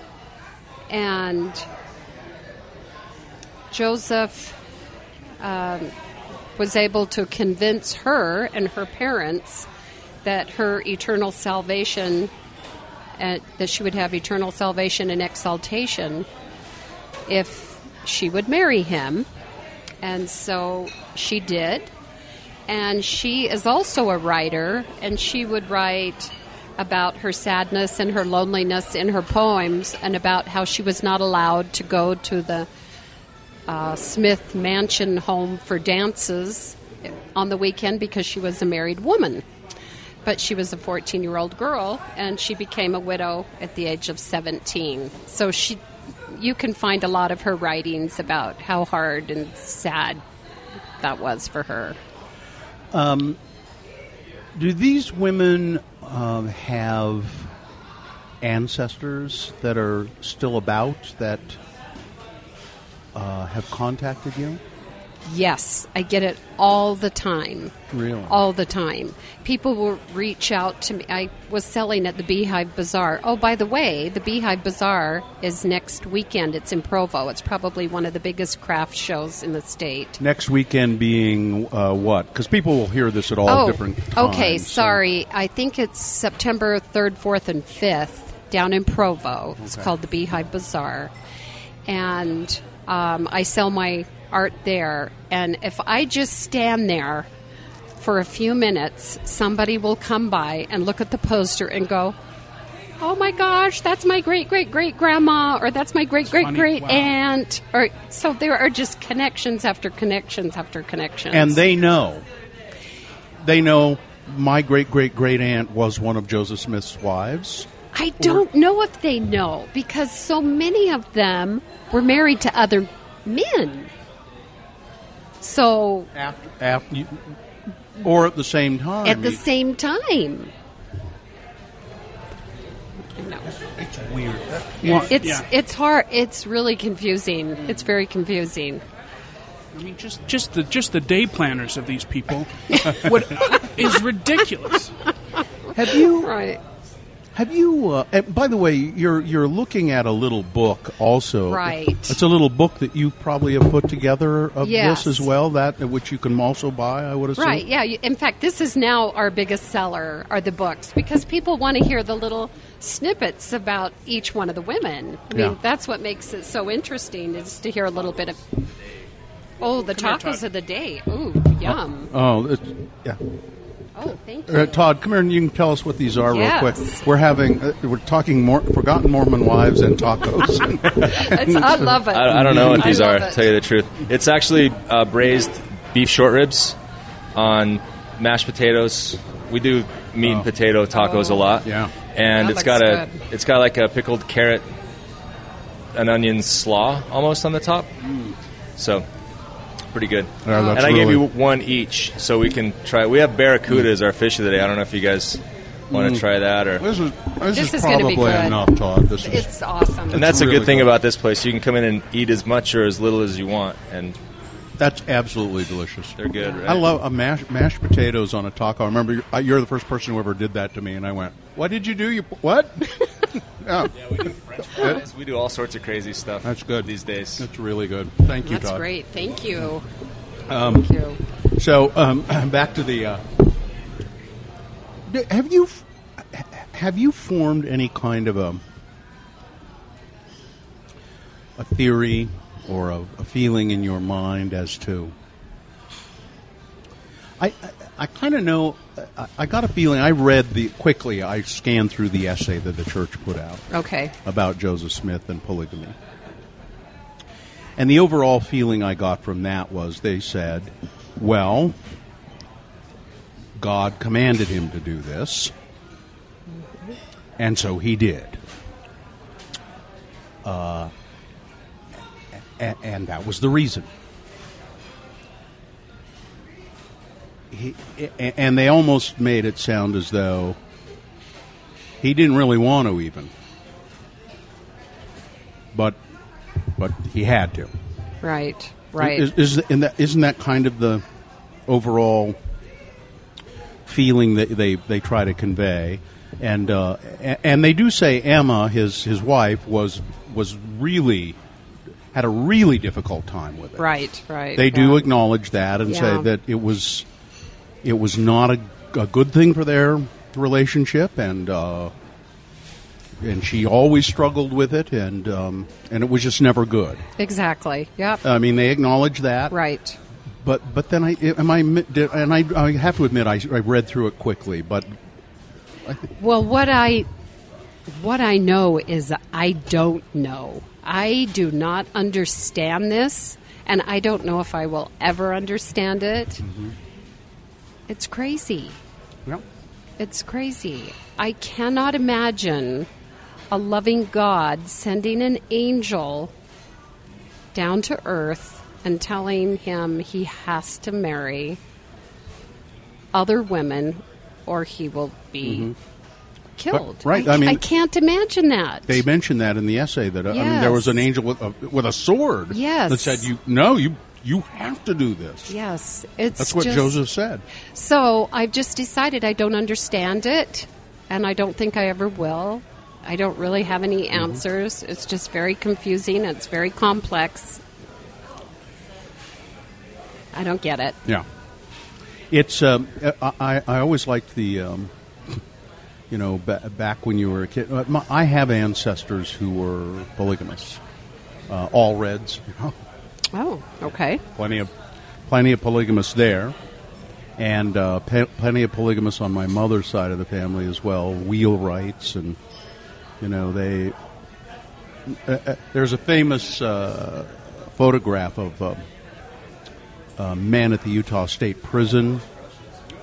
and Joseph um, was able to convince her and her parents that her eternal salvation uh, that she would have eternal salvation and exaltation if she would marry him. And so she did and she is also a writer and she would write about her sadness and her loneliness in her poems and about how she was not allowed to go to the uh, smith mansion home for dances on the weekend because she was a married woman but she was a 14 year old girl and she became a widow at the age of 17 so she you can find a lot of her writings about how hard and sad that was for her
Do these women um, have ancestors that are still about that uh, have contacted you?
Yes, I get it all the time.
Really?
All the time. People will reach out to me. I was selling at the Beehive Bazaar. Oh, by the way, the Beehive Bazaar is next weekend. It's in Provo. It's probably one of the biggest craft shows in the state.
Next weekend being uh, what? Because people will hear this at all
oh,
different times.
okay.
so-
Sorry. I think it's September 3rd, 4th, and 5th down in Provo. It's
Okay.
called the Beehive Bazaar. And um, I sell my art there. And if I just stand there for a few minutes, somebody will come by and look at the poster and go, Oh my gosh, that's my great great great grandma, or that's my great great
funny.
great
Wow.
aunt, or so there are just connections after connections after connections.
And they know. They know my great great great aunt was one of Joseph Smith's wives.
I don't know if they know because so many of them were married to other men. So
After, after you, or at the same time.
at the
You-
same time. I know.
Well,
It's
yeah.
it's hard it's really confusing. It's very confusing.
I mean, just just the just the day planners of these people uh, what, is ridiculous.
Have you
Right.
Have you? Uh, and by the way, you're you're looking at a little book also.
Right.
It's a little book that you probably have put together of
Yes.
this as well. That uh, which you can also buy. I would assume.
Right. Yeah. you- In fact, this is now our biggest seller are the books because people want to hear the little snippets about each one of the women. I mean,
Yeah.
that's what makes it so interesting is to hear a little bit of. Oh, the
Come here,
tacos
Todd.
of the day. Ooh, yum.
Oh, it's, yeah.
Oh, thank you.
Uh, Todd, come here and you can tell us what these are
Yes.
real quick. We're having uh, we're talking more forgotten Mormon wives and tacos.
It's, I love it.
I, I don't know what
I
these
love
are.
it.
To tell you the truth, it's actually uh, braised beef short ribs on mashed potatoes. We do meat and potato tacos
Oh.
a lot.
Yeah.
That
and it's
looks
got a
good.
it's got like a pickled carrot, an onion slaw almost on the top. So. Pretty good.
Yeah, that's
and I gave
really-
you one each, so we can try. We have barracuda as our fish of the day. I don't know if you guys want to try that or.
this is this,
This
is
is gonna be
probably
good.
enough, Todd. This is
It's awesome.
And that's a
really
good thing
good.
about this place. You can come in and eat as much or as little as you want, and
that's absolutely delicious.
they're good. Right?
I love a mash, mashed potatoes on a taco. I remember you're, you're the first person who ever did that to me, and I went, "What did you do? You p- what?" yeah,
We do French fries. We do all sorts of crazy stuff.
That's good.
these days.
that's really good. Thank you,
That's
Todd.
great. Thank you.
Um,
Thank you.
So um, back to the. Uh, d- have you f- h- have you formed any kind of a a theory or a, a feeling in your mind as to? I I, I kind of know. I, I got a feeling. I read the quickly. I scanned through the essay that the church put out
Okay.
about Joseph Smith and polygamy. And the overall feeling I got from that was they said, well, God commanded him to do this, and so he did. Uh, a- and that was the reason. He, a- and they almost made it sound as though He didn't really want to even, but but he had to.
Right. Right.
Is, is and that, isn't that kind of the overall feeling that they, they try to convey? And uh, a- and they do say Emma, his his wife, was was really had a really difficult time with it.
right. Right.
They do
yeah.
acknowledge that and
Yeah.
say that it was it was not a, a good thing for their relationship, and uh, and she always struggled with it, and um, and it was just never good.
Exactly. Yep.
Uh,
I mean, they acknowledge that,
right.
But but then I am I mi- did, and I, I have to admit I, I read through it quickly, but
Well, what I what I know is I don't know. I do not understand this, and I don't know if I will ever understand it. It's crazy. It's crazy. I cannot imagine a loving God sending an angel down to earth and telling him he has to marry other women or he will be
Mm-hmm.
killed.
But- right,
I,
I mean-
I can't imagine that.
they mentioned that in the essay that uh, I mean there was an
Yes.
angel with a, with a sword
Yes.
that said you no you you have to do this.
yes, it's
That's what
just-
Joseph said.
So I've just decided I don't understand it, and I don't think I ever will. I don't really have any answers. It's just very confusing. It's very complex. I don't get it.
Yeah, it's. Um, I, I I always liked the, um, you know, ba- back when you were a kid. uh, My, I have ancestors who were polygamists, uh, all reds. You know,
Oh, okay.
plenty of plenty of polygamists there, and uh, pe- plenty of polygamists on my mother's side of the family as well. Wheelwrights and you know they. Uh, uh, there's a famous uh, photograph of uh, uh, men at the Utah State Prison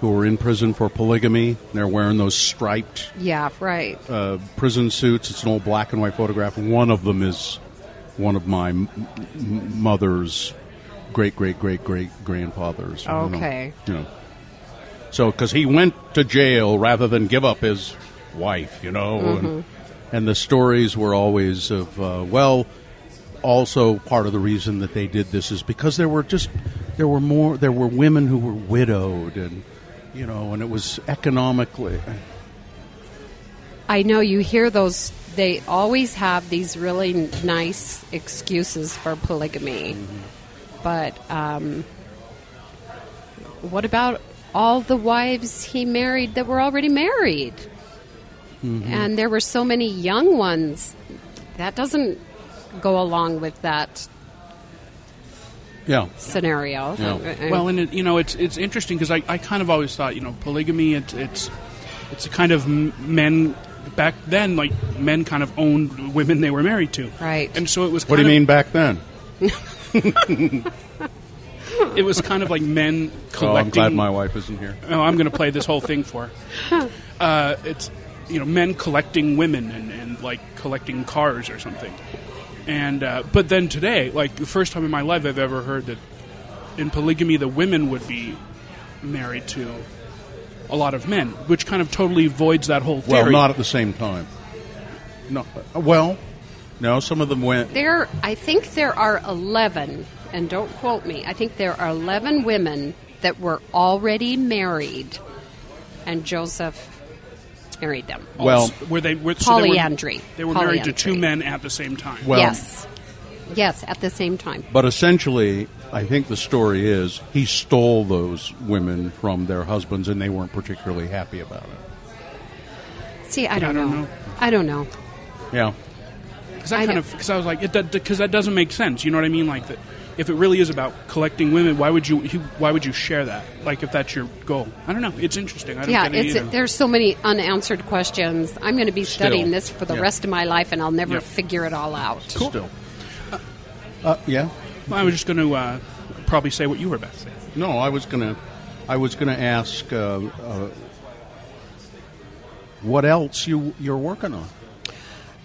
who were in prison for polygamy. They're wearing those striped
Yeah, right.
uh, prison suits. It's an old black and white photograph. One of them is one of my m- m- mother's great great great great grandfathers. I don't know.
Okay.
You know. So, because he went to jail rather than give up his wife, you know, and, and the stories were always of uh, well. Also, part of the reason that they did this is because there were just there were more there were women who were widowed and you know, and it was economically.
I know you hear those. They always have these really n- nice excuses for polygamy, but um, what about all the wives he married that were already married? And there were so many young ones. That doesn't go along with that
Yeah,
scenario.
No.
I- I-
Well, and it, you know, it's it's interesting because I, I kind of always thought you know polygamy it's it's it's a kind of m- men back then like men kind of owned women they were married to.
Right.
And so it was.
What do
kind
you
of-
mean back then?
It was kind of like men
Oh, I'm
collecting.
glad my wife isn't here.
oh, I'm going to play this whole thing for. her. Uh, it's you know men collecting women and, and like collecting cars or something. And uh, but then today, like the first time in my life I've ever heard that in polygamy the women would be married to a lot of men, which kind of totally voids that whole
Well,
theory.
not at the same time. No, uh, well, no. Some of them went.
There, I think there are 11, and don't quote me, I think there are 11 women that were already married, and Joseph married them.
Well,
were they were, so they were-
Polyandry.
They were married to two
Polyandry.
men at the same time.
well,
yes. Yes, at the same time.
but essentially, I think the story is he stole those women from their husbands, and they weren't particularly happy about it.
See, I don't,
don't know.
I don't know.
Yeah,
Because I,
I
kind
know.
of because I was like, because that, 'cause that doesn't make sense. You know what I mean? Like that, if it really is about collecting women, why would you he- why would you share that? Like if that's your goal, I don't know. It's interesting. I don't
Yeah,
get it
it's,
either.
there's so many unanswered questions. I'm going to be
Still.
studying this for the
Yeah.
rest of my life, and I'll never
Yeah.
figure it all out.
still. Uh, yeah.
Well, I was just going to uh, probably say what you were about to say.
No, I was gonna, I was gonna ask, uh, uh, what else you you're working on?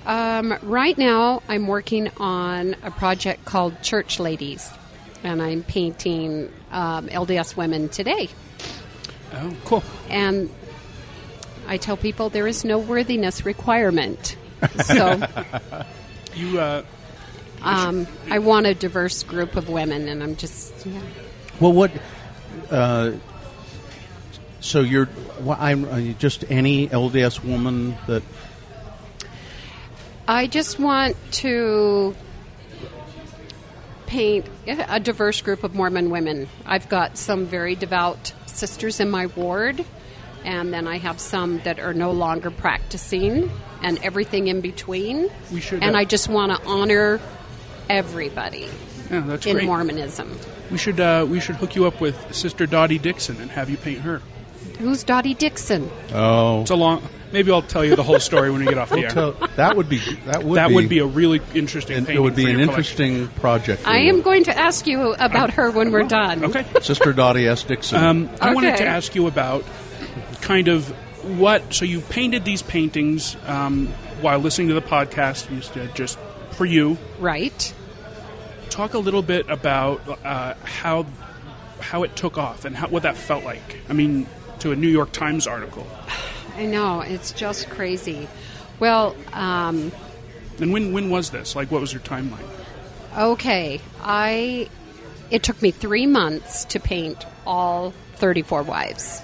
Um, right now, I'm working on a project called Church Ladies, and I'm painting um, LDS women today.
Oh, cool.
And I tell people there is no worthiness requirement. So
You, uh,
um, I want a diverse group of women, and I'm just yeah.
Well, what? Uh, so you're well, I'm uh, you just any LDS woman that
I just want to paint a diverse group of Mormon women. I've got some very devout sisters in my ward, and then I have some that are no longer practicing, and everything in between.
We should,
and
uh,
I just want to honor everybody
yeah, that's
in
great.
Mormonism.
We should uh, we should hook you up with Sister Dottie Dixon and have you paint her.
Who's Dottie Dixon?
oh
It's a long. Maybe I'll tell you the whole story when we get off the air.
that would be that would
that
be,
would be a really interesting.
an,
painting
it would be
for
an
your
interesting project. for
I
you.
am going to ask you about her when we're done.
collection. Okay.
Sister Dottie S. Dixon.
Um, I wanted
Okay.
to ask you about kind of what. So you painted these paintings um, while listening to the podcast, used to just for you.
Right.
Talk a little bit about uh, how how it took off and how, what that felt like. I mean, to a New York Times article.
I know it's just crazy. Well, um,
And when when was this? Like, what was your timeline?
Okay, I. It took me three months to paint all 34 wives.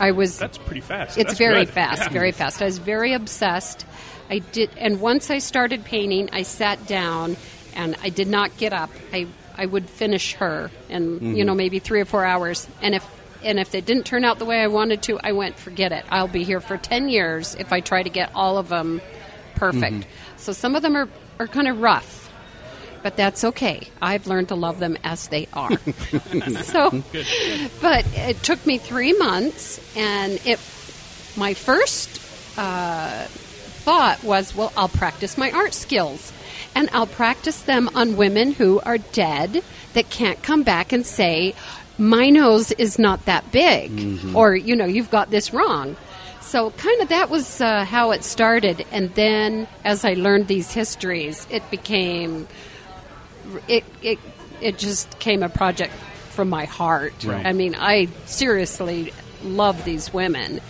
I was.
That's pretty fast.
it's
That's
very
good.
fast,
Yeah.
very fast. I was very obsessed. I did, and once I started painting, I sat down and I did not get up. I I would finish her in
Mm-hmm.
you know maybe three or four hours, and if and if it didn't turn out the way I wanted to, I went forget it. I'll be here for 10 years if I try to get all of them perfect.
Mm-hmm.
So some of them are are kind of rough but that's okay. I've learned to love them as they are. so, but it took me three months, and it. My first uh, thought was, well, I'll practice my art skills, and I'll practice them on women who are dead that can't come back and say, my nose is not that big, or you know, you've got this wrong. So, kind of that was uh, how it started, and then as I learned these histories, it became it it it just came a project from my heart.
Right.
I mean, I seriously love these women,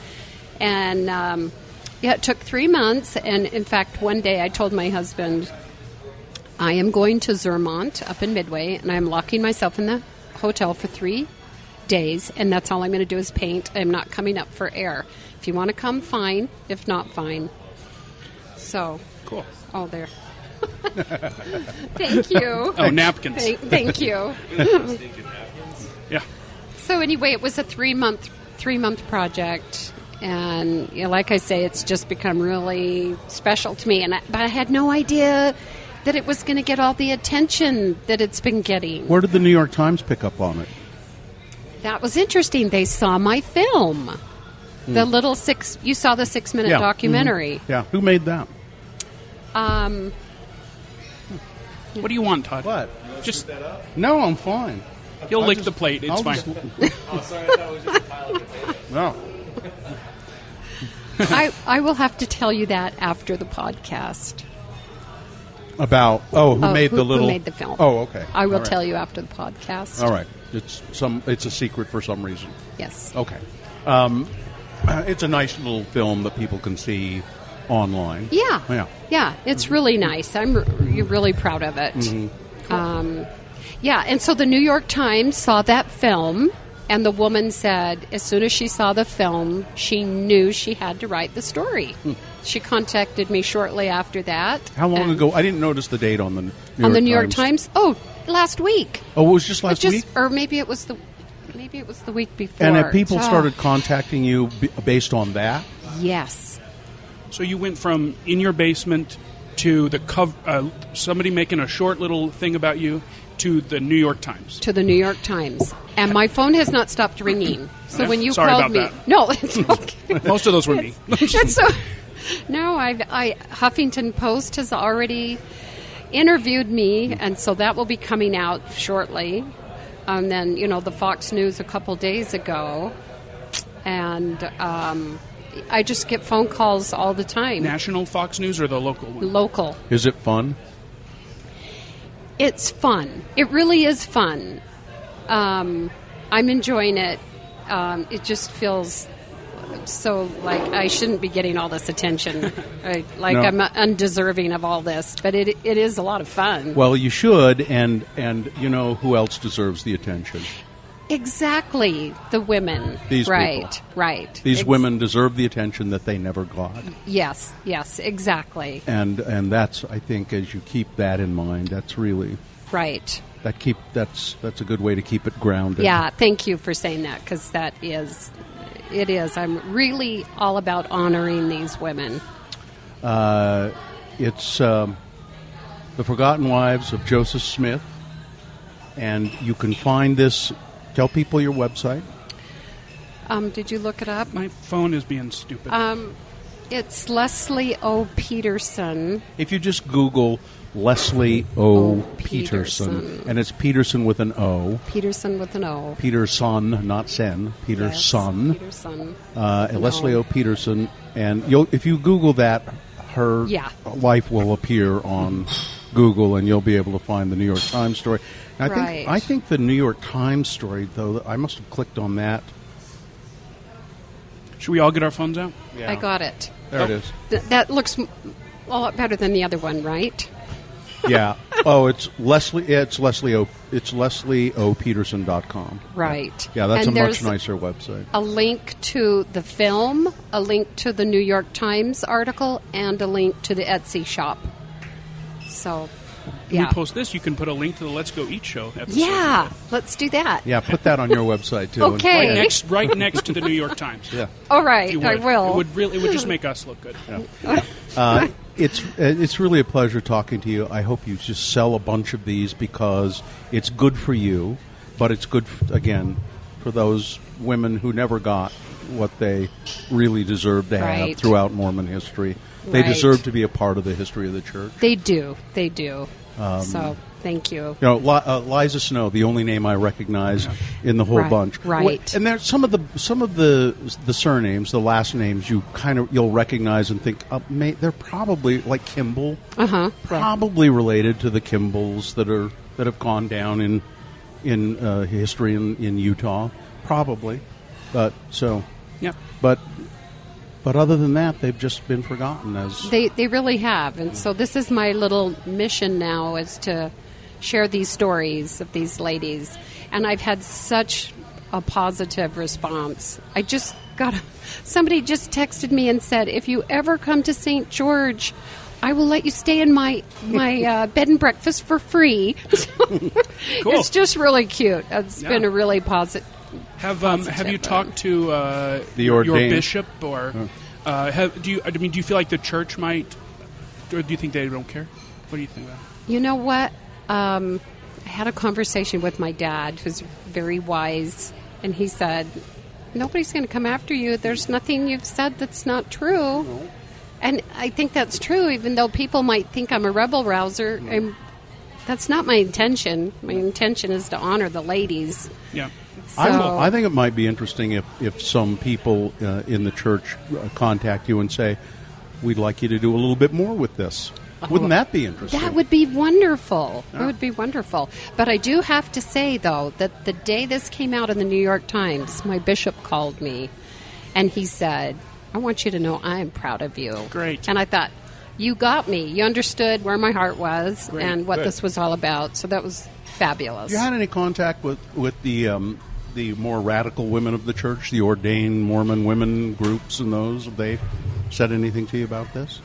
and um, yeah, it took three months. And in fact, one day I told my husband, "I am going to Zermont up in Midway, and I'm locking myself in the hotel for three days, and that's all I'm going to do is paint. I'm not coming up for air. If you want to come, fine. If not, fine." So,
Cool.
all there. Thank you.
Oh, napkins.
Thank, thank you.
Yeah.
So anyway, it was a three month three month project, and you know, like I say, it's just become really special to me. And I, but I had no idea that it was going to get all the attention that it's been getting.
Where did the New York Times pick up on it?
That was interesting. They saw my film, the little six. You saw the six minute
Hmm. Yeah.
documentary.
Yeah, who made that?
Um,
What do you want, Todd?
What?
Just
No, I'm fine.
he'll
I'll
lick
just-
the plate. It's
I'll
fine.
just- Oh, no. Mm-hmm.
I I will have to tell you that after the podcast.
About oh, who
Oh,
made
who-
the
who
little?
made the film.
Oh, okay.
I will
All right.
tell you after the podcast.
All right, it's some. It's a secret for some reason.
Yes.
Okay, um, it's a nice little film that people can see online.
Yeah.
yeah. Mm-hmm.
Yeah. It's really nice. I'm r- really proud of it. Um, yeah. And so the New York Times saw that film, and the woman said as soon as she saw the film, she knew she had to write the story. She contacted me shortly after that.
Hmm. How long
and-
ago? I didn't notice the date on the New York
on the New York Times. Oh, last week.
Oh, it was just last
Just
week.
or maybe it was the maybe it was the week before.
And if people
Oh,
started contacting you b- based on that.
Yes.
So you went from in your basement to the cov- uh, somebody making a short little thing about you to the New York Times.
to the New York Times, and my phone has not stopped ringing. So
Okay.
when you
Sorry
called
about
me,
that.
no, it's okay.
Most of those were me.
It's so, no, I've, I Huffington Post has already interviewed me, and so that will be coming out shortly. And then you know the Fox News a couple days ago, and um, I just get phone calls all the time,
National Fox News or the local one?
local.
Is it fun?
it's fun. It really is fun. Um, I'm enjoying it. Um, it just feels so like I shouldn't be getting all this attention. I, like
No.
I'm undeserving of all this, but it it is a lot of fun.
Well, you should, and and you know who else deserves the attention?
exactly, the women.
These
right,
people.
right.
These
Ex-
women deserve the attention that they never got,
Yes, yes, exactly.
and and that's I think as you keep that in mind, that's really
Right.
that keep that's that's a good way to keep it grounded.
Yeah, thank you for saying that because that is, it is. I'm really all about honoring these women.
Uh, it's um, The Forgotten Wives of Joseph Smith. And you can find this. Tell people your website.
Um, did you look it up?
My phone is being stupid.
Um, it's Leslie O. Peterson.
If you just Google Leslie O.
O.
Peterson,
Peterson.
and it's Peterson with an O.
Peterson with an O.
Peterson, not Sen. Peterson.
Yes, Peterson.
Uh,
No.
Leslie O. Peterson. And you'll, if you Google that, her
Yeah.
life will appear on Google, and you'll be able to find the New York Times story. And I
Right.
think I think the New York Times story, though, I must have clicked on that.
Should we all get our phones out?
Yeah.
I got it.
There it is.
Th- that looks m- a lot better than the other one, right?
yeah. Oh, it's Leslie. yeah, It's Leslie O. It's LeslieOPeterson.com.
Right.
Yeah, that's
And
a much
there's
nicer website.
A link to the film, a link to the New York Times article, and a link to the Etsy shop. So,
When
yeah.
we post this, you can put a link to the Let's Go Eat show. Episode.
Yeah, let's do that.
Yeah, put that on your website too. and-
Okay.
Right
Hey.
next, right next to the New York Times.
Yeah.
All
If
right,
you
I
would.
will.
It would really, it would just make us look good.
Uh, it's uh, it's really a pleasure talking to you. I hope you just sell a bunch of these because it's good for you, but it's good f- again for those women who never got what they really deserve to have
Right.
throughout Mormon history. They
Right.
deserve to be a part of the history of the church.
They do. They do.
Um,
so, thank you.
You know, Li- uh, Liza Snow, the only name I recognize in the whole
Right,
bunch.
right.
Wait, and there's some of the some of the the surnames, the last names you kind of you'll recognize and think uh, may, they're probably like Kimball,
Uh-huh,
probably related to the Kimballs that are that have gone down in in uh, history in, in Utah, probably. But so,
Yeah.
but but other than that, they've just been forgotten as
They they really have. And so this is my little mission now is to share these stories of these ladies. And I've had such a positive response. I just got somebody just texted me and said, "If you ever come to St. George, I will let you stay in my my uh, bed and breakfast for free."
Cool.
It's just really cute. It's
Yeah.
been a really positive
Have um, have you
Positive.
talked to uh,
The
your
ordained.
bishop or uh, have, do you? I mean, do you feel like the church might, or do you think they don't care? What do you think? About it?
You know what? Um, I had a conversation with my dad, who's very wise, and he said, "Nobody's going to come after you. There's nothing you've said that's not true." And I think that's true, even though people might think I'm a rebel rouser. I'm, that's not my intention. My intention is to honor the ladies.
Yeah.
I, don't
So-
know. I think it might be interesting if, if some people uh, in the church uh, contact you and say, "We'd like you to do a little bit more with this." Wouldn't that be interesting?
Oh. That would be wonderful. It would be wonderful. But I do have to say, though, that the day this came out in the New York Times, my bishop called me and he said, I want you to know I am proud of you.
Great.
And I thought, you got me. You understood where my heart was and what
Good.
this was all about. So that was fabulous.
you had any contact with with the um, the more radical women of the church, the ordained Mormon women groups, and those? Have they said anything to you about this?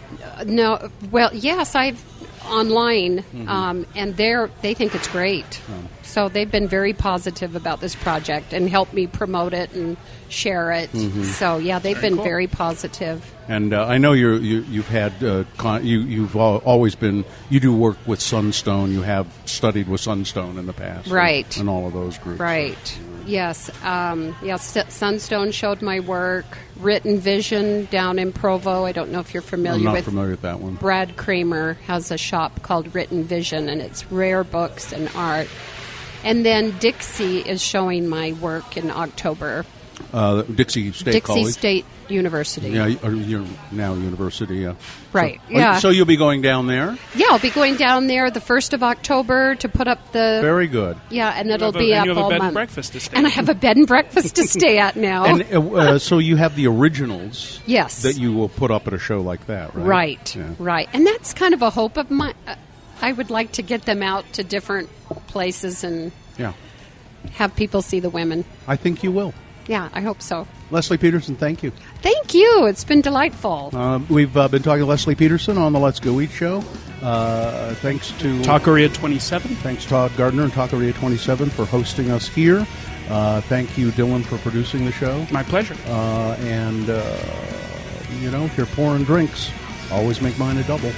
No, well, yes, I've online,
Mm-hmm.
um, and they're they think it's great.
Oh.
So they've been very positive about this project and helped me promote it and share it.
Mm-hmm.
So yeah, they've been
cool.
very positive.
And uh, I know you're, you you've had uh, con- you you've al- always been you do work with Sunstone. You have studied with Sunstone in the past, and-
Right.
And, all of those groups,
Right. Yes. Um, yes. S- Sunstone showed my work. Written Vision down in Provo. I don't know if you're
I'm
familiar
not
with.
familiar with that one.
Brad Kramer has a shop called Written Vision, and it's rare books and art. And then Dixie is showing my work in October.
Uh, Dixie State
Dixie
College.
State University.
Yeah, or you're now university. Yeah.
Right,
So, oh,
yeah.
So you'll be going down there.
Yeah, I'll be going down there the first of October to put up the
Very good.
yeah, and it'll
have a-
be
and
up
you have a
all
bed and
month.
breakfast to stay
and I
at.
have a bed and breakfast to stay at now.
And uh, uh, so you have the originals.
Oh. Yes.
That you will put up at a show like that, right?
Right,
Yeah.
right. And that's kind of a hope of mine. Uh, I would like to get them out to different places and
Yeah.
have people see the women.
I think you will.
Yeah, I hope so.
Leslie Peterson, thank you.
Thank you. It's been delightful.
Um, we've uh, been talking to Leslie Peterson on the Let's Go Eat show. Uh, thanks to
Taqueria 27.
Thanks, Todd Gardner and Taqueria 27 for hosting us here. Uh, thank you, Dylan, for producing the show.
My pleasure.
Uh, and, uh, you know, if you're pouring drinks, always make mine a double.